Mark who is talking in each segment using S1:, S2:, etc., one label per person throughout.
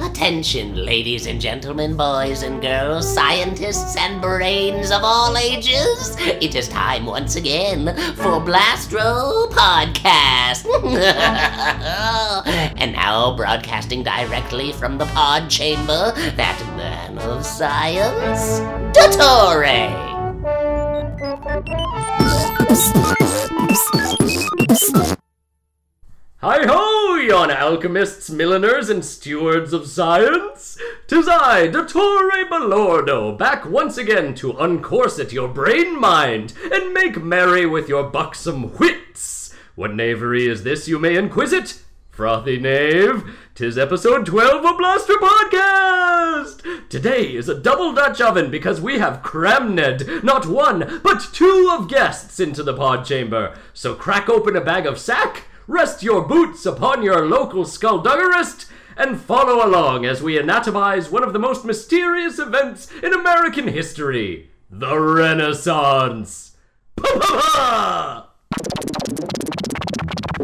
S1: Attention, ladies and gentlemen, boys and girls, scientists and brains of all ages. It is time once again for Blastro Podcast. and now, broadcasting directly from the pod chamber, that man of science, Dottore.
S2: Hi ho, yon alchemists, milliners, and stewards of science! Tis I, Dottore Balordo, back once again to uncorset your brain mind and make merry with your buxom wits! What knavery is this, you may inquisit? Frothy Knave, tis episode 12 of Blaster Podcast! Today is a double Dutch oven because we have crammed not one, but two of guests into the pod chamber. So crack open a bag of sack, rest your boots upon your local skullduggerist, and follow along as we anatomize one of the most mysterious events in American history the Renaissance! Pa pa pa!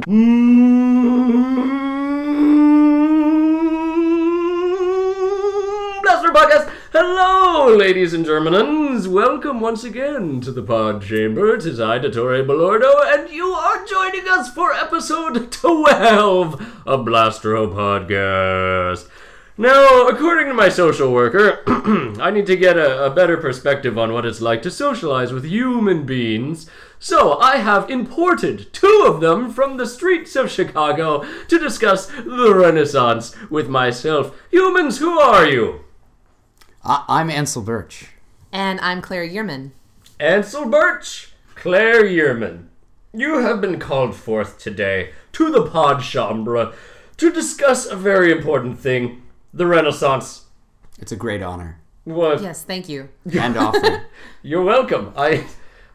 S2: Mm-hmm. Blaster Podcast! Hello, ladies and Germanans! Welcome once again to the pod chamber. Tis I, Dottore Balordo, and you are joining us for episode 12 of Blastro Podcast. Now, according to my social worker, I need to get a, a better perspective on what it's like to socialize with human beings. So I have imported two of them from the streets of Chicago to discuss the Renaissance with myself. Humans, who are you?
S3: I- I'm Ansel Birch.
S4: And I'm Claire Yearman.
S2: Ansel Birch, Claire Yearman, you have been called forth today to the pod chambre to discuss a very important thing the Renaissance.
S3: It's a great honor
S2: What?
S4: Yes, thank you.
S3: and offer.
S2: You're welcome. I,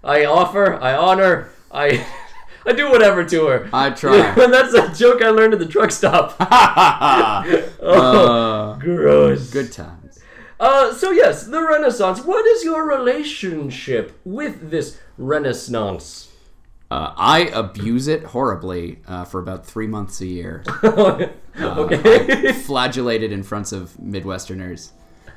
S2: I offer. I honor. I, I do whatever to her.
S3: I try.
S2: and that's a joke I learned at the truck stop. Oh,
S3: Uh,
S2: Gross.
S3: good times.
S2: Uh, so yes, the Renaissance. What is your relationship with this Renaissance?
S3: Uh, I abuse it horribly uh, for about three months a year. Uh,
S2: okay.
S3: Flagellated in front of Midwesterners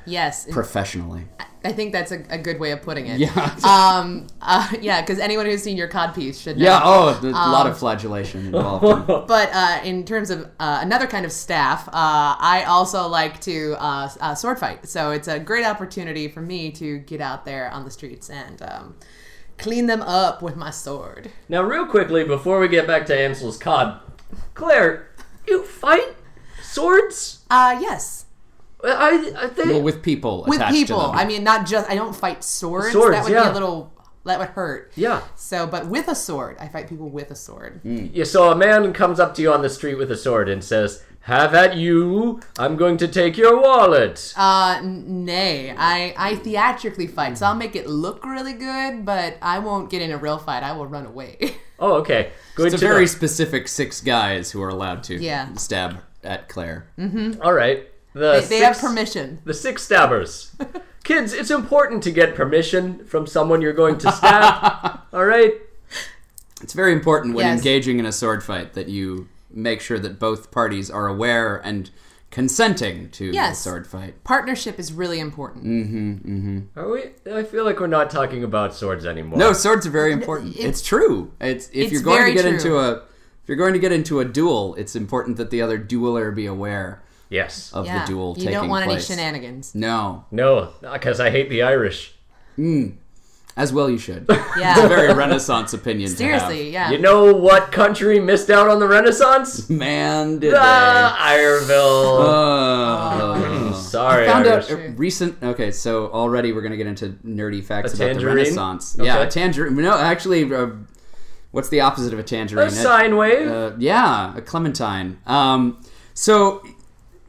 S4: Yes,
S3: professionally.
S4: I think that's a, a good way of putting it.
S3: Yeah.
S4: Um. Uh, yeah, because anyone who's seen your codpiece should know.
S3: yeah. Oh, a lot
S4: um,
S3: of flagellation involved. in-
S4: But uh, in terms of uh, another kind of staff, uh, I also like to uh, s- uh, sword fight. So it's a great opportunity for me to get out there on the streets and um, clean them up with my sword.
S2: now, real quickly, before we get back to Ansel's cod, Claire, you fight swords?
S4: Uh, yes,
S2: I, I think.
S3: Well, with people
S4: with
S3: attached
S4: people.
S3: to them.
S4: I mean, not just. I don't fight swords.
S2: Swords,
S4: that would be
S2: yeah.
S4: a little. That would hurt.
S2: yeah.
S4: So, but with a sword, I fight people with a sword.
S2: You so a man comes up to you on the street with a sword and says, "Have at you! I'm going to take your wallet."
S4: Uh, n- nay. I, I theatrically fight, so I'll make it look really good, but I won't get in a real fight. I will run away.
S2: oh, okay. Good
S3: it's a
S2: to
S3: very
S2: know.
S3: specific six guys who are allowed to
S4: Yeah.
S3: stab at Claire.
S2: All right. The
S4: they have
S2: six-
S4: permission.
S2: The six stabbers. Kids, it's important to get permission from someone you're going to stab. All right?
S3: It's very important when
S4: Yes.
S3: engaging in a sword fight that you make sure that both parties are aware and consenting to the
S4: Yes.
S3: sword fight.
S4: Partnership is really important.
S3: Mm,
S2: Are we? I feel like we're not talking about swords anymore.
S3: No, swords are very important.
S4: it-
S3: it's true. It's if
S4: It's
S3: you're going to
S4: very
S3: get
S4: true.
S3: into a if you're going to get into a duel, it's important that the other dueler be aware
S2: Yes.
S3: of
S4: Yeah.
S3: the duel
S4: you
S3: taking
S4: don't want
S3: place.
S4: any shenanigans.
S3: No,
S2: No, because I hate the Irish.
S3: as well you should.
S4: Yeah.
S3: very Renaissance opinion. to have.
S4: Seriously, yeah.
S2: You know what country missed out on the Renaissance?
S3: man, did
S2: Ah,
S3: they?
S2: Ireville.
S3: Oh.
S2: Sorry,
S3: found
S2: Irish.
S3: out a recent. Okay, so already we're gonna get into nerdy facts
S2: A
S3: about the
S2: tangerine?
S3: Renaissance. Yeah,
S2: Okay.
S3: a tangerine. No, actually, uh, what's the opposite of a tangerine?
S2: A sine wave.
S3: Uh, yeah, a clementine. Um, so,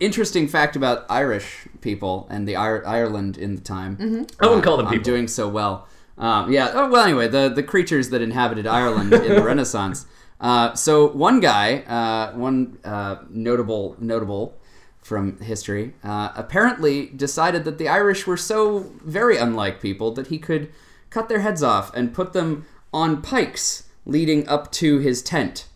S3: interesting fact about Irish people and the Ir- Ireland in the time.
S2: I wouldn't call them
S3: I'm
S2: people.
S3: doing so well. Um, yeah. Oh, well, anyway, the the creatures that inhabited Ireland in the Renaissance. Uh, so one guy, uh, one uh, notable notable from history, uh, apparently decided that the Irish were so very unlike people that he could cut their heads off and put them on pikes leading up to his tent.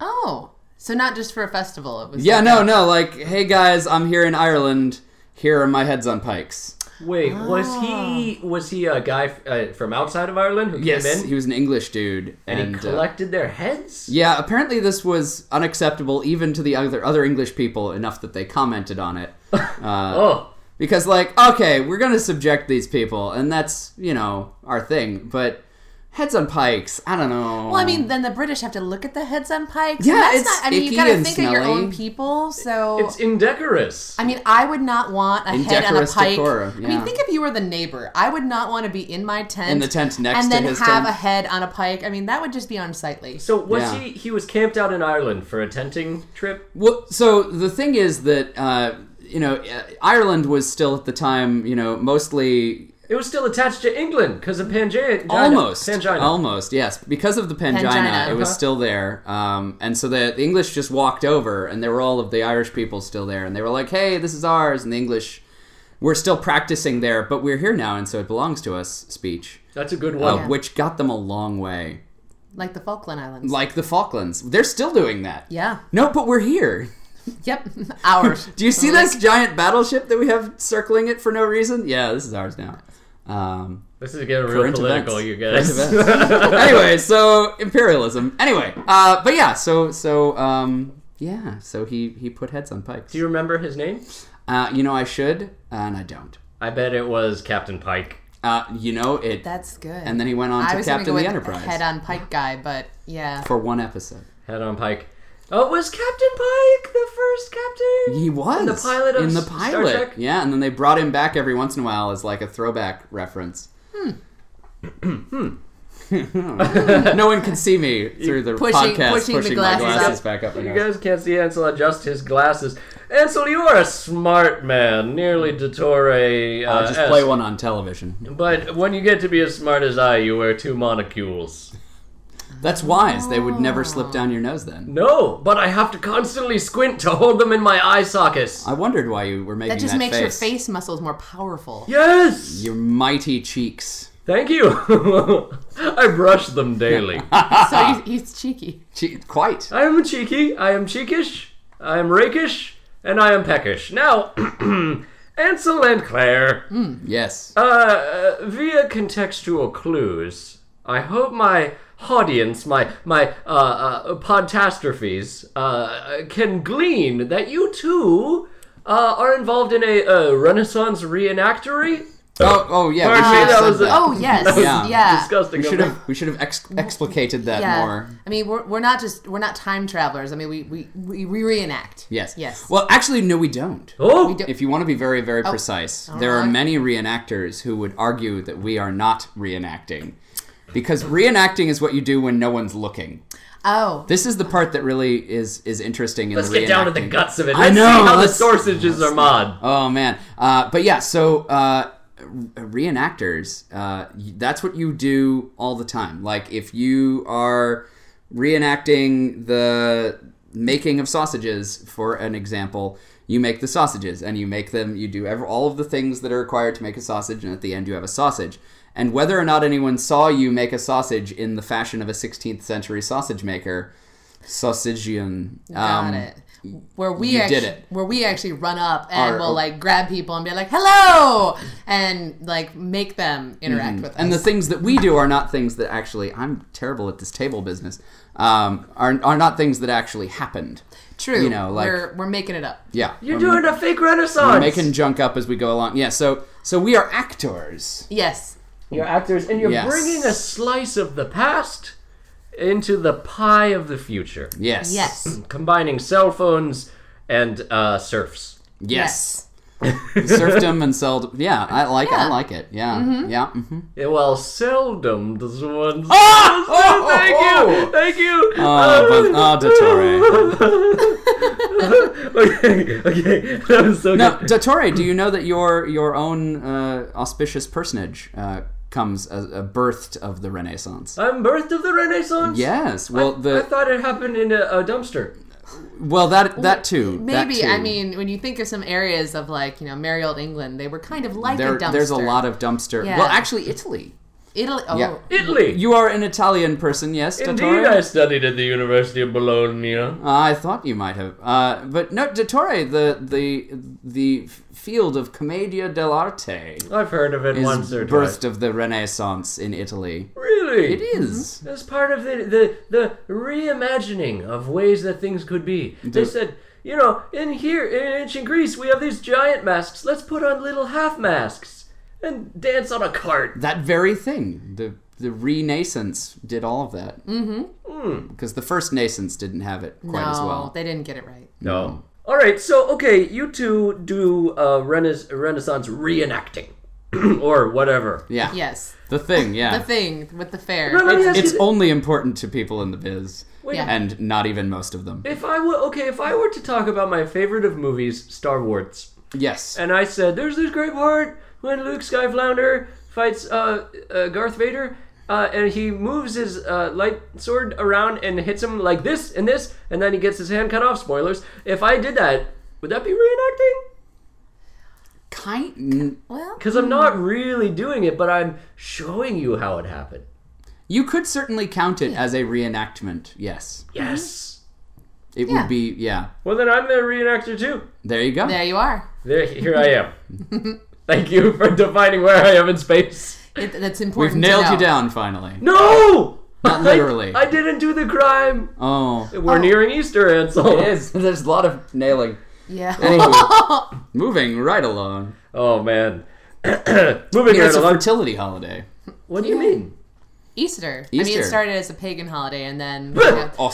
S4: oh. So not just for a festival. It was
S3: Yeah,
S4: like
S3: no,
S4: a-
S3: no. Like, hey guys, I'm here in Ireland. Here are my heads on pikes.
S2: Wait, was he was he a guy f- uh, from outside of Ireland who came in
S3: he was an English dude,
S2: and,
S3: and,
S2: he
S3: uh,
S2: collected their heads?
S3: yeah, apparently this was unacceptable even to the other other English people enough that they commented on it. Uh,
S2: Oh,
S3: Because, like, okay, we're going to subject these people, and that's, you know, our thing. But heads on pikes, I don't know.
S4: Well, I mean, then the British have to look at the heads on pikes.
S3: Yeah,
S4: and that's
S3: it's
S4: not, I mean,
S3: icky
S4: you gotta
S3: and
S4: think of your
S3: smelly.
S4: own people. So
S2: it's indecorous.
S4: I mean, I would not want a head on a
S3: Indecorous
S4: pike.
S3: decorum,
S4: I mean,
S3: yeah.
S4: think if you were the neighbor. I would not want to be in my tent.
S3: In the tent next
S4: And
S3: to
S4: then
S3: his
S4: have
S3: tent.
S4: a head on a pike. I mean, that would just be unsightly.
S2: so was
S3: yeah.
S2: he? He was camped out in Ireland for a tenting trip.
S3: Well, so the thing is that, uh, you know, uh, Ireland was still at the time, you know, mostly
S2: It was still attached to England because of Pangea.
S3: almost
S2: Pangina.
S3: almost yes because of the pangina,
S4: Pangina,
S3: it was
S4: uh-huh.
S3: still there um, and so the, the english just walked over and there were all of the irish people still there and they were like hey this is ours and the english we're still practicing there but we're here now and so it belongs to us speech
S2: That's a good
S3: uh,
S2: one.
S3: which got them a long way
S4: Like the Falkland Islands.
S3: like the falklands they're still doing that
S4: yeah.
S3: no but we're here
S4: Yep. Ours.
S3: do you see this giant battleship that we have circling it for no reason yeah this is ours now um,
S2: This is getting real
S3: Current
S2: political,
S3: events.
S2: you guys.
S3: Current anyway, so imperialism. Anyway, uh, but yeah, so so um, yeah, so he he put heads on pikes.
S2: Do you remember his name?
S3: uh, you know, I should and I don't.
S2: I bet it was Captain Pike.
S3: Uh, you know it.
S4: That's good.
S3: and then he went on
S4: I
S3: to
S4: was gonna
S3: captain
S4: go
S3: the
S4: with
S3: Enterprise
S4: Head on pike guy, but yeah.
S3: for one episode.
S2: Head on Pike. Oh, it was Captain Pike, the first captain.
S3: He was
S2: In the pilot of
S3: in the
S2: S-
S3: pilot.
S2: Star Trek?
S3: Yeah, and then they brought him back every once in a while as like a throwback reference. Hmm. no one can see me through the
S4: Pushing-
S3: podcast
S4: pushing the
S3: my
S4: glasses up.
S3: glasses back up. my
S2: You
S3: nose.
S2: guys can't see Ansel adjust his glasses. Ansel, you are a smart man, nearly Dottore. Uh,
S3: I'll just play one on television.
S2: But when you get to be as smart as I, you wear two monocules.
S3: That's wise. They would never
S4: Oh.
S3: slip down your nose then.
S2: No, but I have to constantly squint to hold them in my eye sockets.
S3: I wondered why you were making
S4: That
S3: that
S4: just makes your face muscles more powerful.
S2: Yes!
S3: Your mighty cheeks.
S2: Thank you. I brush them daily.
S4: so he's, he's cheeky.
S3: Che- quite.
S2: I am cheeky, I am cheekish, I am rakish, and I am peckish. Now, Ansel and Claire,
S3: Yes.
S2: uh, via contextual clues, I hope my audience, my my uh, uh, podtastrophes, uh, can glean that you too uh, are involved in a uh, Renaissance reenactory.
S3: oh, oh yeah. We
S2: Pardon me,
S3: should
S2: that
S3: have
S2: was
S3: said
S2: a-
S3: that.
S4: Oh yes,
S3: Yeah.
S4: yeah.
S2: Disgusting.
S3: we
S2: of
S3: should
S2: me.
S3: have we should have ex- explicated that
S4: Yeah.
S3: more.
S4: I mean, we're, we're not just we're not time travelers. I mean, we we, we, we reenact.
S3: Yes.
S4: Yes.
S3: Well, actually, no, we don't.
S2: Oh,
S4: don't-
S3: If you want to be very, very precise, there are
S4: right.
S3: many reenactors who would argue that we are not reenacting, because reenacting is what you do when no one's looking.
S4: oh,
S3: This is the part that really is is interesting. In
S2: let's
S3: the
S2: get down to the
S3: reenacting.
S2: guts of it.
S3: I
S2: Let's
S3: know,
S2: see how the
S3: let's-
S2: sausages are mod.
S3: Oh man, uh, but yeah. So uh, re- reenactors, uh, y- that's what you do all the time. Like if you are reenacting the making of sausages, for an example, you make the sausages and you make them. You do ev- all of the things that are required to make a sausage, and at the end you have a sausage. And whether or not anyone saw you make a sausage in the fashion of a 16th century sausage maker, sausagian.
S4: got
S3: um,
S4: it. Where we
S3: you
S4: actu-
S3: did it.
S4: where we actually run up and
S3: Our-
S4: we'll like grab people and be like, "Hello," and like make them interact with us.
S3: Mm-hmm. And the things that we do are not things that actually. I'm terrible at this table business. Um, are are not things that actually happened.
S4: True,
S3: you know, like-
S4: we're we're making it up.
S3: Yeah,
S2: You're
S3: we're
S2: doing a fake Renaissance.
S3: Um, making junk up as we go along. Yeah, so so we are actors.
S4: Yes,
S2: You're actors, and you're
S3: Yes.
S2: bringing a slice of the past into the pie of the future,
S3: Yes.
S4: yes,
S2: combining cell phones and uh, surfs.
S3: Yes. Serfdom and seldom. Yeah, I like it. I
S4: Yeah.
S3: like it. Yeah.
S2: Mm-hmm.
S3: Yeah. hmm
S2: Yeah, Well, seldom does one.
S3: Ah!
S2: Oh, Uh, thank
S3: Oh!
S2: you, thank you.
S3: Oh, but, oh, Dottore.
S2: okay, okay, that was so
S3: Now,
S2: good.
S3: Dottore, do you know that your your own uh, auspicious personage uh, comes as a birthed of the Renaissance?
S2: I'm birth of the Renaissance.
S3: Yes. Well, the
S2: I thought it happened in a, a dumpster.
S3: well that that too. that
S4: Maybe
S3: too.
S4: I mean when you think of some areas of like you know merry old England, they were kind of like
S3: There-
S4: a dumpster.
S3: There's a lot of dumpster.
S4: Yeah.
S3: Well, actually, Italy.
S4: Italy. Oh,
S3: Yeah.
S2: Italy.
S3: You are an Italian person, yes,
S2: Indeed, I
S3: Dottore?
S2: studied at the University of Bologna.
S3: Uh, I thought you might have, uh, but no, Dottore, the the the field of commedia dell'arte
S2: I've heard of it
S3: is
S2: once or
S3: birthed
S2: twice.
S3: of the Renaissance in Italy.
S2: Really?
S3: It
S4: Mm-hmm.
S3: is.
S2: That's part of the, the the reimagining of ways that things could be. They said, you know, in here in ancient Greece we have these giant masks. Let's put on little half masks and dance on a cart.
S3: that very thing. The the Renaissance did all of that. Mm-hmm.
S2: Hmm.
S3: Because the first Nascence didn't have it quite
S4: no,
S3: as well.
S4: they didn't get it right.
S2: No. All right. So okay, you two do uh, Renaissance, Renaissance reenacting or whatever.
S3: Yeah.
S4: Yes,
S3: The thing. Yeah.
S4: the thing with the fair.
S2: No, let me
S4: It's-
S2: ask you
S3: It's
S2: thi-
S3: only important to people in the biz,
S4: Yeah.
S3: and not even most of them.
S2: If I were okay, if I were to talk about my favorite of movies, Star Wars,
S3: Yes.
S2: and I said, "There's this great part when Luke Skyflounder fights uh, uh, Garth Vader, uh, and he moves his uh, light sword around and hits him like this and this, and then he gets his hand cut off." Spoilers. If I did that, would that be reenacting?
S3: Kind.
S4: well,
S2: Because I'm not
S3: Mm-hmm.
S2: really doing it, but I'm showing you how it happened.
S3: Mm-hmm. You could certainly count it as a reenactment. Yes.
S2: Yes.
S3: It
S4: Yeah.
S3: would be. Yeah.
S2: Well, then I'm a reenactor too.
S3: There you go.
S4: there you are.
S2: There, here I am. Thank you for defining where I am in space.
S4: It, that's
S3: We've
S4: important. to
S3: nailed you
S4: know.
S3: down finally.
S2: No!
S3: Not literally.
S2: I, I didn't do the crime.
S3: Oh.
S2: We're nearing Easter, Ansel.
S3: There's a lot of nailing.
S4: Yeah.
S3: Anywho, moving right along.
S2: Oh, man. Moving
S3: It's
S2: right
S3: a
S2: along.
S3: fertility holiday.
S2: What do you mean?
S4: Easter. I mean,
S3: Easter.
S4: it started as a pagan holiday, and then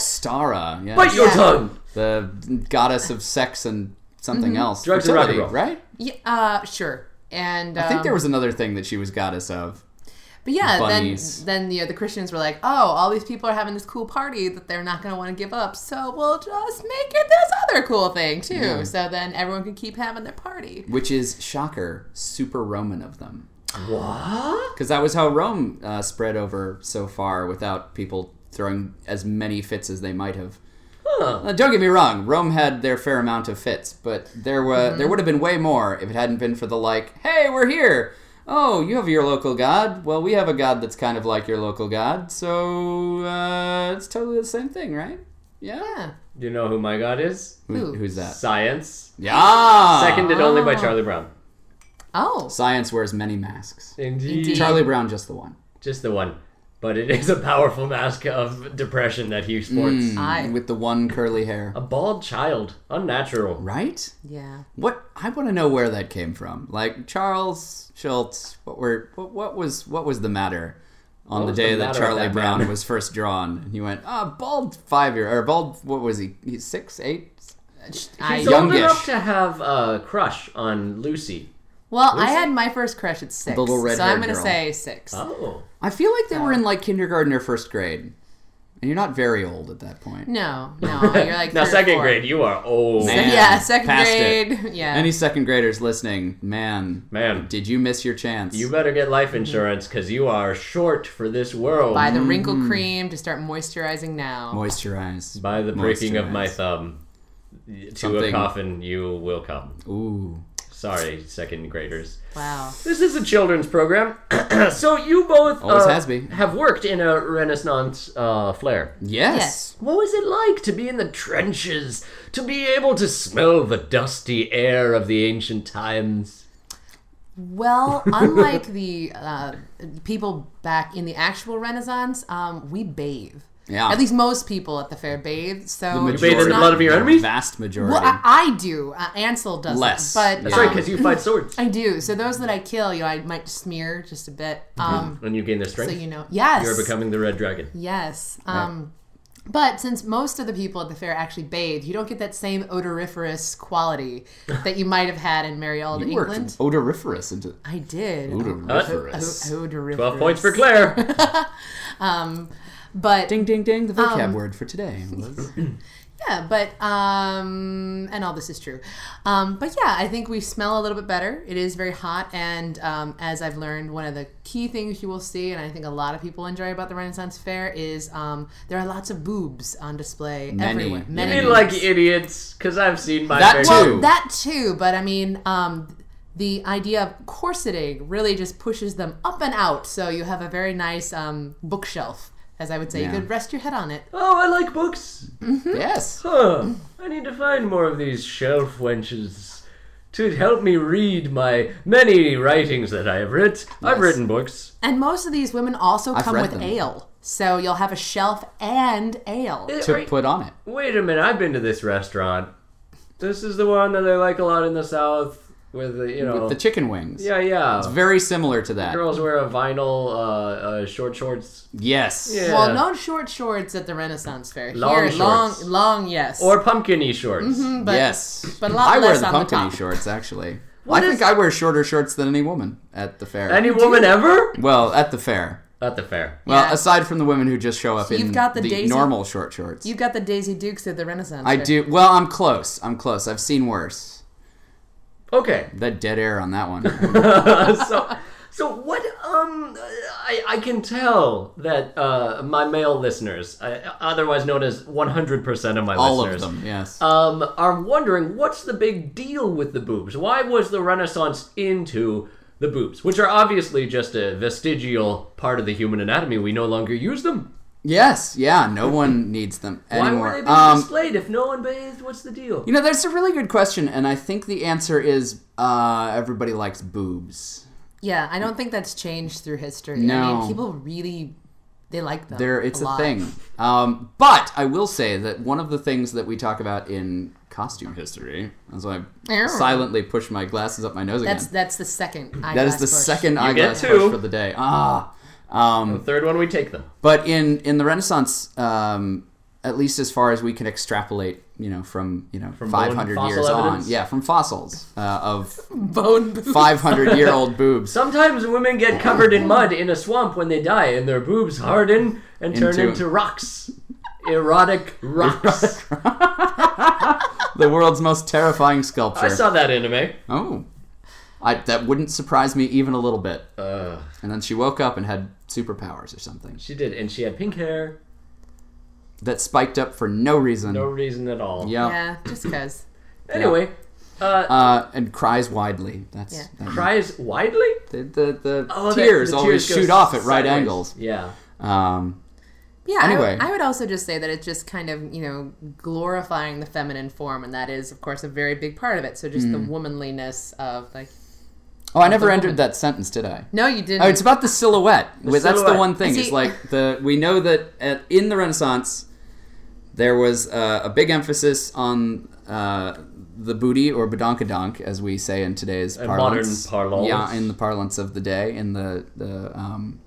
S3: Ostara. Yes.
S2: Bite your
S4: Yeah.
S2: tongue!
S3: the goddess of sex and
S4: Mm-hmm.
S3: something else.
S2: Drugs and rock and
S3: Fertility,
S2: roll.
S3: right?
S4: yeah, uh, sure. And um,
S3: I think there was another thing that she was goddess of.
S4: but yeah,
S3: bunnies.
S4: then then you know, the Christians were like, oh, all these people are having this cool party that they're not going to want to give up, so we'll just make it this other cool thing too. So then everyone can keep having their party.
S3: Which is, shocker, super Roman of them.
S2: What?
S3: Because that was how Rome uh, spread over so far without people throwing as many fits as they might have.
S2: Huh.
S3: Uh, don't get me wrong, Rome had their fair amount of fits, but there were
S2: Mm-hmm.
S3: there would have been way more if it hadn't been for the like, hey, we're here. Oh, you have your local god. Well, we have a god that's kind of like your local god, so uh, it's totally the same thing, right? Yeah.
S4: Yeah.
S2: Do you know who my god is?
S3: Who,
S4: Who?
S3: who's that?
S2: Science.
S3: Yeah.
S2: Seconded only by Charlie Brown.
S4: Oh,
S3: Science wears many masks.
S2: Indeed.
S4: Indeed.
S3: Charlie Brown just the one.
S2: Just the one. But it is a powerful mask of depression that he sports.
S4: I
S3: Mm. With the one curly hair.
S2: A bald child. Unnatural.
S3: Right?
S4: yeah.
S3: What I want to know where that came from. Like Charles Schultz, what were what, what was what was the matter on the
S2: was
S3: day
S2: the
S3: that
S2: matter
S3: Charlie
S2: with that
S3: Brown
S2: man?
S3: was first drawn? And he went, ah, bald five year or bald. What was he? He's six, eight.
S4: I,
S2: He's old
S3: Youngish.
S2: enough to have a crush on Lucy.
S4: well, I had my first crush at six,
S3: little
S4: so I'm
S3: red-haired
S4: going to
S3: girl.
S4: say six.
S2: Oh.
S3: I feel like they were in like kindergarten or first grade, and you're not very old at that point.
S4: No, no, you're like
S2: Now,
S4: three or
S2: second
S4: four.
S2: grade, you are old.
S3: Man.
S4: yeah, second
S3: Past it.
S4: grade. Yeah.
S3: Any second graders listening, man,
S2: Man.
S3: did you miss your chance?
S2: You better get life insurance because you are short for this world.
S4: Buy
S3: Mm.
S4: the wrinkle cream to start moisturizing now.
S3: moisturize
S2: By the breaking of my
S3: Moisturize.
S2: thumb. To a
S3: Something-
S2: coffin, you will come.
S3: Ooh.
S2: Sorry, second graders.
S4: wow.
S2: This is a children's program. so you both
S3: Always
S2: uh,
S3: has been.
S2: have worked in a Renaissance uh, flair.
S3: Yes.
S2: What was it like to be in the trenches? To be able to smell the dusty air of the ancient times?
S4: Well, unlike the uh, people back in the actual Renaissance, um, we bathe.
S3: Yeah.
S4: At least most people at the fair bathe. So
S3: The
S2: You bathe in the
S3: Jordan.
S2: blood of your enemies?
S3: Vast majority.
S4: well, I, I do. Uh, Ansel does
S3: Less.
S4: But
S3: That's
S2: That's right,
S4: um,
S2: because you fight swords.
S4: I do. So those that I kill, you know, I might smear just a bit.
S3: Mm-hmm.
S4: Um,
S2: And you gain their strength.
S4: So you know, yes,
S2: You're becoming the red dragon.
S4: Yes. Um, But since most of the people at the fair actually bathe, you don't get that same odoriferous quality that you might have had in merry old
S3: You worked
S4: England.
S3: odoriferous into
S4: I did.
S3: odoriferous.
S4: O- odoriferous.
S2: 12 points for Claire.
S4: But
S3: Ding ding ding. The vocab
S4: Um,
S3: word for today was
S4: yeah, but um, and all this is true. Um, but yeah, I think we smell a little bit better. It is very hot, and um, as I've learned, one of the key things you will see, and I think a lot of people enjoy about the Renaissance Fair is um, there are lots of boobs on display
S3: Many,
S4: everywhere.
S3: yeah.
S4: Many
S2: Be
S3: Many.
S4: boobs.
S2: like idiots, because I've seen my
S3: That
S2: fair
S3: too.
S2: share.
S4: Well, that too, but I mean, um, the idea of corseting really just pushes them up and out. So you have a very nice um, bookshelf, as I would say.
S3: Yeah.
S4: You could rest your head on it.
S2: Oh, I like books.
S3: Yes.
S2: Huh. I need to find more of these shelf wenches to help me read my many writings that I have writ. I've
S3: Yes.
S2: written books.
S4: And most of these women also come
S3: read
S4: with
S3: them.
S4: ale. So you'll have a shelf and ale.
S3: To put on it.
S2: Wait a minute, I've been to this restaurant. This is the one that I like a lot in the South with the, you know.
S3: The chicken wings.
S2: Oh. yeah, yeah.
S3: Very similar to that.
S2: Girls wear a vinyl uh, uh, short shorts
S3: Yes.
S2: Yeah.
S4: Well, no short shorts at the Renaissance Fair.
S2: Long
S4: Here,
S2: shorts.
S4: long, long, yes.
S2: or pumpkin-y shorts.
S3: Mm-hmm.
S4: but,
S3: yes.
S4: but a lot
S3: I wear
S4: less
S3: the
S4: on the
S3: pumpkin
S4: top.
S3: shorts actually.
S2: What
S3: I
S2: is-
S3: think I wear shorter shorts than any woman at the fair.
S2: Any woman ever?
S3: well, at the fair.
S2: Not the fair.
S3: Well,
S4: Yeah.
S3: aside from the women who just show up
S4: You've
S3: in
S4: got the daisy-
S3: normal short shorts.
S4: You got the Daisy Dukes at the Renaissance.
S3: I
S4: Fair.
S3: do. Well, I'm close. I'm close. I've seen worse.
S2: Okay.
S3: That dead air on that one.
S2: so so what um I, I can tell that uh, my male listeners uh, otherwise known as 100% of my
S3: All of
S2: listeners
S3: them. Yes.
S2: um are wondering what's the big deal with the boobs why was the renaissance into the boobs which are obviously just a vestigial part of the human anatomy we no longer use them
S3: yes. Yeah. No one needs them
S2: why
S3: anymore.
S2: were they being
S3: um,
S2: displayed if no one bathed what's the deal
S3: you know, that's a really good question, and I think the answer is uh, everybody likes boobs.
S4: Yeah, I don't think that's changed through history. I
S3: No.
S4: mean, people really they like them.
S3: There, it's a,
S4: lot.
S3: thing. Um, but I will say that one of the things that we talk about in costume history, as I
S4: Ew.
S3: silently push my glasses up my nose
S4: That's
S3: again.
S4: that's the second.
S3: That
S4: eyeglass
S3: is the
S4: push.
S3: second eyeglass
S2: two.
S3: push for the day. Ah. Um,
S2: the third one we take them
S3: but in in the Renaissance, um, at least as far as we can extrapolate, you know, from you know
S2: From
S3: five
S2: bone
S3: hundred
S2: fossil
S3: years
S2: evidence?
S3: on, yeah, from fossils uh, of
S4: bone. boob.
S3: five hundred year old boobs
S2: Sometimes women get covered in mud in a swamp when they die, and their boobs harden and turn into,
S3: Into-
S2: rocks. Erotic rocks.
S3: the world's most terrifying sculpture.
S2: I saw that anime.
S3: oh, I, that wouldn't surprise me even a little bit.
S2: Uh,
S3: And then she woke up and had superpowers or something
S2: she did, and she had pink hair.
S3: that spiked up for no reason.
S2: No reason at all.
S3: yeah.
S4: Yeah, just because.
S2: Anyway, uh,
S3: Uh, and cries widely. That's
S4: Yeah.
S3: that-
S2: cries widely.
S3: the the, the
S2: Oh, that-
S3: tears
S2: the
S3: always
S2: tears go
S3: shoot off at right
S2: sideways.
S3: angles.
S2: Yeah.
S3: Um,
S4: Yeah. I would-
S3: Anyway.
S4: I, would also just say that it's just kind of you know glorifying the feminine form, and that is of course a very big part of it. So just the
S3: Mm.
S4: womanliness of like.
S3: oh, I never entered that sentence, did I?
S4: No, you didn't.
S3: Oh, it's about the silhouette. Well, That's the
S2: silhouette.
S3: one thing.
S4: See-
S3: It's like the we know that at, in the Renaissance there was uh, a big emphasis on uh, the booty or badonkadonk, as we say in today's parlance.
S2: modern parlance.
S3: Yeah, in the parlance of the day, in the the um,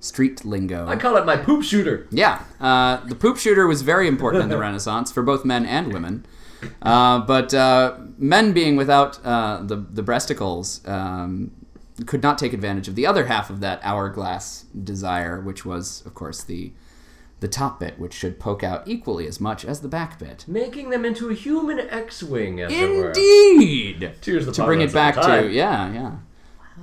S3: street lingo.
S2: I call it my poop shooter.
S3: Yeah, uh, the poop shooter was very important in the Renaissance for both men and women. Uh, but uh, men being without uh, the, the breasticles um, could not take advantage of the other half of that hourglass desire, which was, of course, the, the top bit, which should poke out equally as much as the back bit.
S2: Making them into a human X-wing, as it were.
S3: Indeed!
S2: Tears the
S3: To bring it
S2: parlance
S3: back
S2: of the
S3: to,
S2: time.
S3: yeah,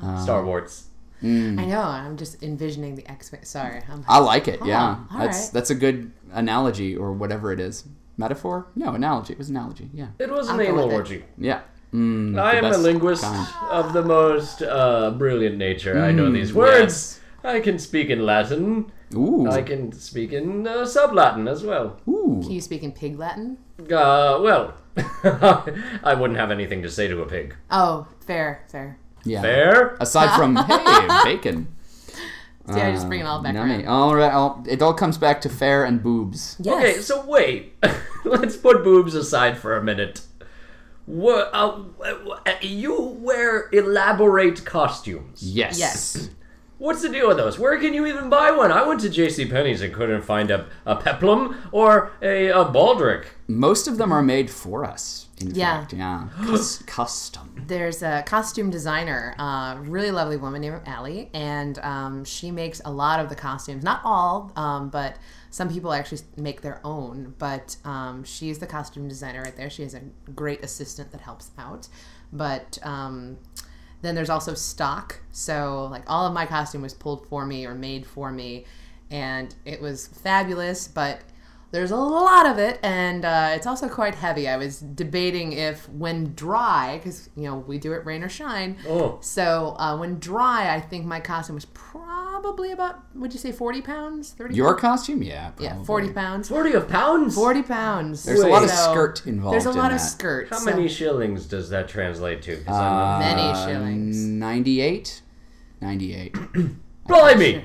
S3: yeah.
S2: Star Wars.
S4: I know. I'm just envisioning the X. Sorry. I'm,
S3: I like it, yeah.
S4: all
S3: that's,
S4: right.
S3: that's a good analogy or whatever it is. Metaphor? No, analogy. It was analogy, yeah.
S2: It was an
S4: I'll go
S2: anal
S4: with it.
S2: orgy.
S3: Yeah. Mm,
S2: I
S3: the
S2: am a
S3: best
S2: linguist
S3: kind. Hmm,
S2: of the most uh, brilliant nature. I know these words. I can speak in Latin.
S3: Ooh.
S2: I can speak in uh, sub Latin as well.
S4: Can
S3: Ooh.
S4: you speak in Pig Latin?
S2: Uh, well, I wouldn't have anything to say to a pig.
S4: Oh, fair, fair.
S3: Yeah.
S2: Fair?
S3: Aside from hey, bacon. Um,
S4: See, I just bring it all back
S3: Yummy.
S4: around.
S3: All right, all- it all comes back to fair and boobs.
S4: Yes.
S2: Okay, so wait. Let's put boobs aside for a minute. What, uh, w- uh, you wear elaborate costumes.
S3: Yes.
S4: Yes.
S2: What's the deal with those? Where can you even buy one? I went to JCPenney's and couldn't find a, a peplum or a, a baldric.
S3: Most of them are made for us. In
S4: Yeah.
S3: fact, yeah. Cus- custom.
S4: There's a costume designer, uh, really lovely woman named Allie, and um, she makes a lot of the costumes. Not all, um, but some people actually make their own. But um, she's the costume designer right there. She has a great assistant that helps out. But um, then there's also stock. So, like, all of my costume was pulled for me or made for me, and it was fabulous, but There's a lot of it, and uh, it's also quite heavy. I was debating if, when dry, because you know we do it rain or shine.
S2: Oh.
S4: So uh, when dry, I think my costume was probably about, would you say, forty pounds, thirty?
S3: Your costume, yeah, probably.
S4: yeah, forty pounds.
S2: 40 of pounds?
S4: Forty pounds.
S3: There's
S2: a lot
S3: of skirt involved
S4: There's a
S3: in
S4: lot
S3: that.
S4: of skirt.
S2: How
S4: so-
S2: many shillings does that translate to? 'Cause
S3: Uh,
S2: I'm
S4: Many shillings.
S3: 98? 98.
S2: not- Blimey!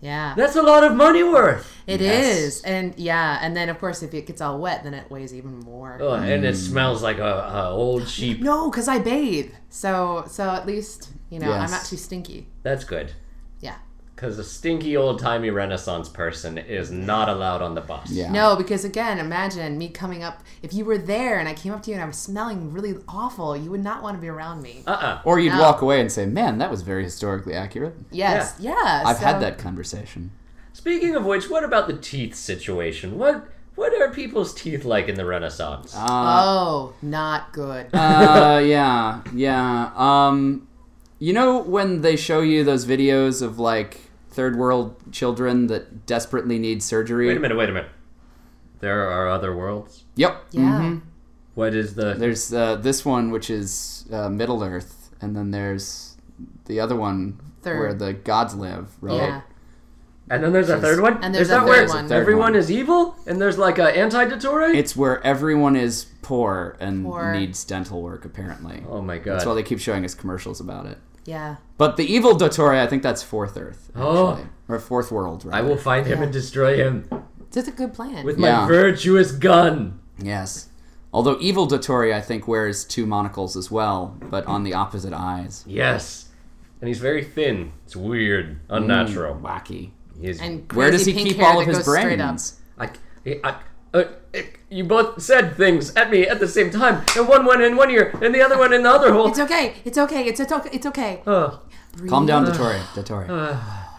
S4: Yeah,
S2: That's a lot of money worth!
S4: it is,
S3: Yes.
S4: and yeah, and then of course if it gets all wet, then it weighs even more.
S2: Oh, and
S3: Hmm.
S2: it smells like a, a old sheep.
S4: No, because I bathe. So so at least you know I'm
S3: Yes.
S4: not too stinky.
S2: That's good.
S4: Yeah.
S2: Because a stinky old timey Renaissance person is not allowed on the bus.
S3: Yeah.
S4: No, because again, imagine me coming up. If you were there and I came up to you and I was smelling really awful, you would not want to be around me.
S2: Uh uh
S3: Or you'd
S4: No.
S3: walk away and say, man, that was very historically accurate.
S4: Yes, yeah.
S3: I've
S4: so-
S3: had that conversation.
S2: Speaking of which, what about the teeth situation? What what are people's teeth like in the Renaissance?
S4: Oh, not good.
S3: uh, yeah, yeah. Um, you know when they show you those videos of like third world children that desperately need surgery?
S2: wait a minute, wait a minute. There are other worlds?
S3: Yep.
S4: yeah.
S2: What is the.
S3: Mm-hmm. There's uh, this one which is uh, Middle Earth, and then there's the other one
S4: Third.
S3: where the gods live, right?
S4: Yeah.
S2: and then there's a third one?
S4: And there's
S2: is
S4: a
S2: that where
S4: third one. Third
S2: everyone
S3: one.
S2: is evil? And there's like a anti Dottore?
S3: It's where everyone is poor and
S4: Poor.
S3: needs dental work, apparently.
S2: Oh my
S3: That's
S2: god.
S3: why they keep showing us commercials about it.
S4: Yeah.
S3: But the evil Dottore, I think that's Fourth Earth, actually.
S2: Oh.
S3: Or Fourth World, right?
S2: I will find him and destroy him
S4: That's a good plan.
S2: with my
S3: Yeah.
S2: virtuous gun.
S3: Yes. Although evil Dottore, I think, wears two monocles as well, but on the opposite eyes.
S2: Yes. And he's very thin. It's weird, unnatural.
S3: Wacky.
S2: He's,
S4: and crazy
S3: Where does he
S4: pink
S3: keep
S4: hair
S3: all
S4: that
S3: of his
S4: goes straight up.
S3: brains?
S2: I, I, uh, you both said things at me at the same time, and one went in one ear, and the other one in the other hole.
S4: It's okay. It's okay. It's okay. It's okay.
S2: Uh,
S3: Calm down, Dottore. Dottore.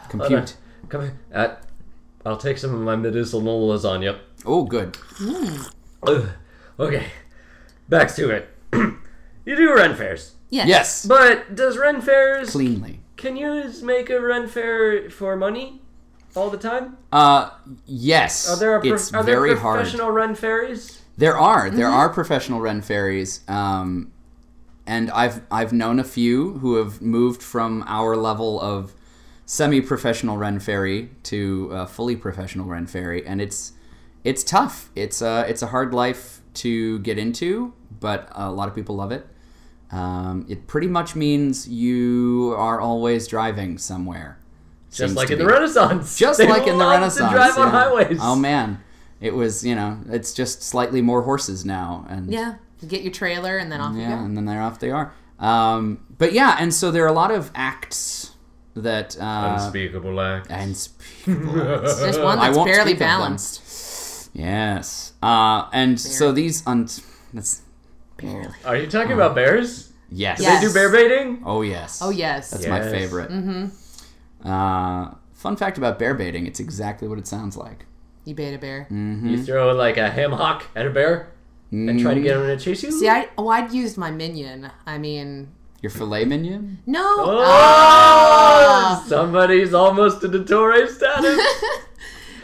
S3: Compute.
S2: come here. Uh, I'll take some of my medicinal lasagna.
S3: Oh, good.
S2: Ugh. Okay, back to it. you do Ren fairs,
S4: Yes.
S3: Yes.
S2: but does Ren fairs?
S3: Cleanly.
S2: Can you make a Ren fair for money all the time?
S3: Uh, yes.
S2: Are there a pro-
S3: it's
S2: are there
S3: very hard.
S2: professional Ren fairies?
S3: There are there
S2: Mm-hmm.
S3: are professional Ren fairies, um, and I've I've known a few who have moved from our level of semi-professional Ren fairy to uh, fully professional Ren fairy, and it's it's tough. It's a it's a hard life to get into, but a lot of people love it. Um, it pretty much means you are always driving somewhere.
S2: Just
S3: Seems
S2: like
S3: to
S2: in the
S3: be
S2: Renaissance.
S3: just
S2: They
S3: like in the
S2: loved
S3: Renaissance.
S2: To drive on
S3: yeah.
S2: highways.
S3: Oh man, it was you know it's just slightly more horses now, and
S4: Yeah. You get your trailer and then off
S3: yeah,
S4: you
S3: and then they're off they are. Um, but yeah, and so there are a lot of acts that uh,
S2: Unspeakable act.
S3: unspeakable.
S4: go. There's one Oh, that's barely balanced.
S3: Yes, uh, and so these uns. That's
S4: Barely.
S2: Are you talking about bears?
S3: yes.
S4: Yes.
S2: Do bear baiting?
S3: Oh yes.
S4: Oh yes.
S3: That's my
S2: Yes.
S3: favorite. Mm-hmm. Uh, fun fact about bear baiting: it's exactly what it sounds like. Mm-hmm.
S4: You beta bear.
S3: Mm.
S2: You throw like a ham hock at a bear and try to get
S3: Mm-hmm.
S2: him to chase you?
S4: See, I oh, I'd used my minion. I mean,
S3: Your filet mignon.
S4: no.
S2: oh!
S3: Ah!
S2: Somebody's almost a Dottore status.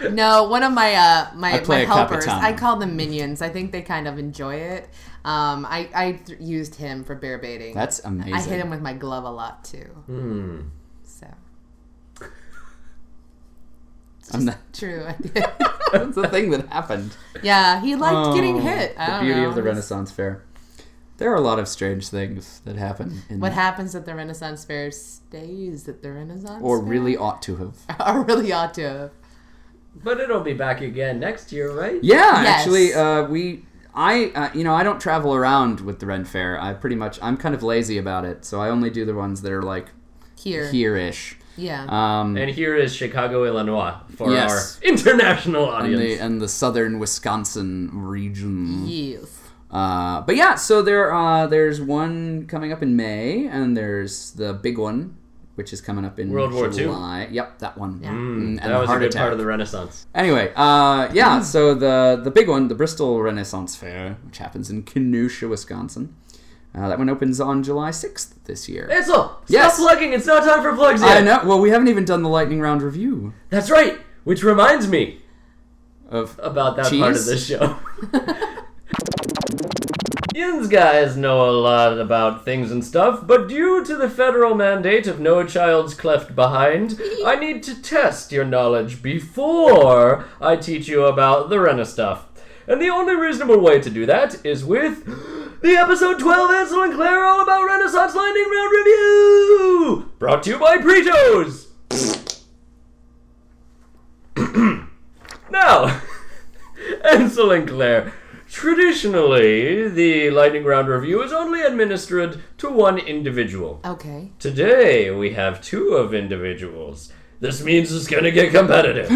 S4: No, one of my uh, my,
S3: I play a
S4: my helpers.
S3: Capitano.
S4: I call them minions. I think they kind of enjoy it. Um, I I th- used him for bear baiting.
S3: That's Hmm. amazing.
S4: I hit him with my glove a lot too. So
S3: I'm not-
S4: true.
S3: That's the thing that happened.
S4: yeah, he liked getting
S3: Oh,
S4: hit. I
S3: the
S4: don't
S3: beauty
S4: know.
S3: of the Renaissance Fair. There are a lot of strange things that happen in
S4: What happens at the Renaissance Fair stays at the Renaissance.
S3: or
S4: Fair?
S3: really ought to have.
S4: or really ought to. have.
S2: but it'll be back again next year, right?
S3: Yeah,
S4: Yes.
S3: actually, uh, we, I, uh, you know, I don't travel around with the Ren Fair. I pretty much, I'm kind of lazy about it, so I only do the ones that are like
S4: Here.
S3: here-ish.
S4: Yeah.
S3: Um,
S2: And here is Chicago, Illinois for
S3: Yes.
S2: our international
S3: and the,
S2: audience.
S3: and the southern Wisconsin region.
S4: yes.
S3: Uh, but yeah, so there uh, there's one coming up in May, and there's the big one, which is coming up in
S2: World War Two?
S3: July. Yep, that one. Mm, and
S2: Hmm, that
S3: the
S2: was a
S3: heart
S2: good
S3: attack.
S2: part of the Mm. Renaissance.
S3: Anyway, uh, yeah, so the the big one, the Bristol Renaissance Fair, which happens in Kenosha, Wisconsin, uh, that one opens on July 6th this year.
S2: Ansel,
S3: Yes.
S2: stop plugging. It's not time for plugs yet.
S3: I know. Well, we haven't even done the lightning round review.
S2: That's right. Which reminds me,
S3: of
S2: about that part of
S3: Cheese?
S2: the show. Yin's guys know a lot about things and stuff, but due to the federal mandate of no child's left behind, I need to test your knowledge before I teach you about the Rena stuff. And the only reasonable way to do that is with the episode 12 Ansel and Claire All About Renaissance Lightning Round Review! Brought to you by Pretos! Now, Ansel and Claire. Traditionally, the lightning round review is only administered to one individual.
S4: Okay.
S2: Today, we have two of individuals. This means it's going to get competitive.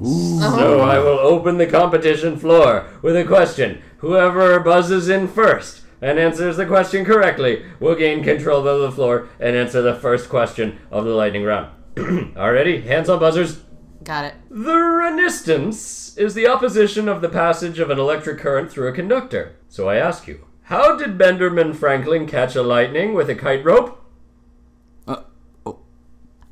S2: So I will open the competition floor with a question. Whoever buzzes in first and answers the question correctly will gain control of the floor and answer the first question of the lightning round. Already, hands on buzzers.
S4: Got it.
S2: The resistance is the opposition of the passage of an electric current through a conductor. So I ask you, how did Benderman Franklin catch a lightning with a kite rope?
S3: uh, oh.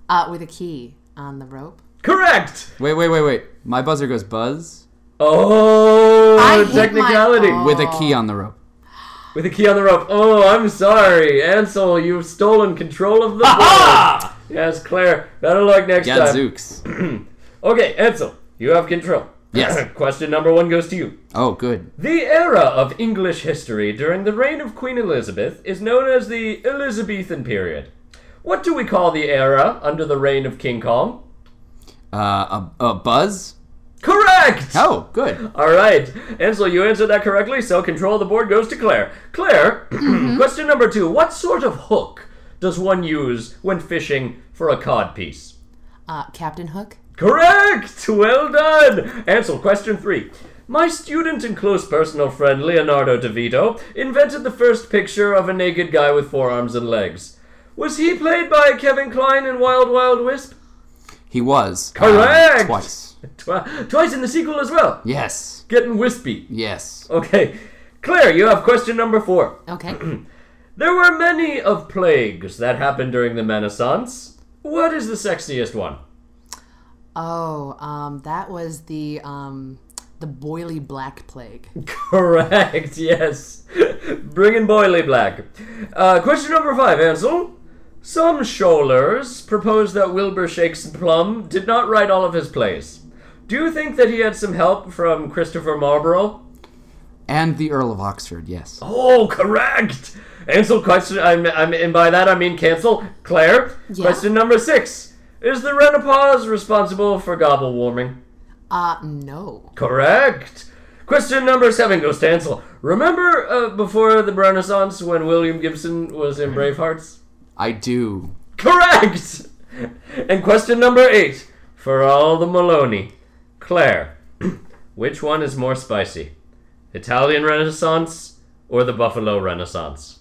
S4: Uh, with a key on the rope.
S2: Correct!
S3: wait, wait, wait, wait. My buzzer goes buzz
S2: Oh,
S4: I hit my-
S2: technicality.
S4: oh.
S3: with a key on the rope.
S2: With a key on the rope. Oh, I'm sorry, Ansel, you've stolen control of the board. Yes, Claire, better luck next time.
S3: Gadzooks.
S2: Okay, Ansel, you have control.
S3: Yes.
S2: Question number one goes to you.
S3: Oh, good.
S2: The era of English history during the reign of Queen Elizabeth is known as the Elizabethan period. What do we call the era under the reign of King Kong?
S3: Uh, a, a buzz.
S2: Correct!
S3: Oh, good.
S2: All right. Ansel, you answered that correctly, so control of the board goes to Claire. Claire, question number two What sort of hook does one use when fishing for a cod piece?
S4: Uh, Captain Hook.
S2: Correct! Well done! Ansel, question three. My student and close personal friend Leonardo DeVito invented the first picture of a naked guy with four arms and legs. Was he played by Kevin Kline in Wild Wild Wisp?
S3: He was uh,
S2: Correct!
S3: twice.
S2: Twi- twice in the sequel as well.
S3: Yes.
S2: Getting wispy.
S3: Yes.
S2: Okay. Claire, you have question number four.
S4: Okay.
S2: There were many of plagues that happened during the Renaissance. What is the sexiest one?
S4: oh, um, that was the um, the boily black plague.
S2: Correct, yes. Bringing Boily Black. Uh, question number five, Ansel. Some scholars propose that Wilbur Shakespeare Plum did not write all of his plays. Do you think that he had some help from Christopher Marlborough?
S3: And the Earl of Oxford. Yes.
S2: Oh, correct! Ansel, question, I'm, I'm, and by that I mean cancel. Claire,
S4: Yeah.
S2: question number six. Is the Renopause responsible for gobble warming?
S4: Uh, no.
S2: Correct. Question number seven goes to Ansel. Remember uh, before the Renaissance when William Gibson was in Bravehearts?
S3: I do.
S2: Correct. And question number eight for all the Maloney, Claire. Which one is more spicy, Italian Renaissance or the Buffalo Renaissance?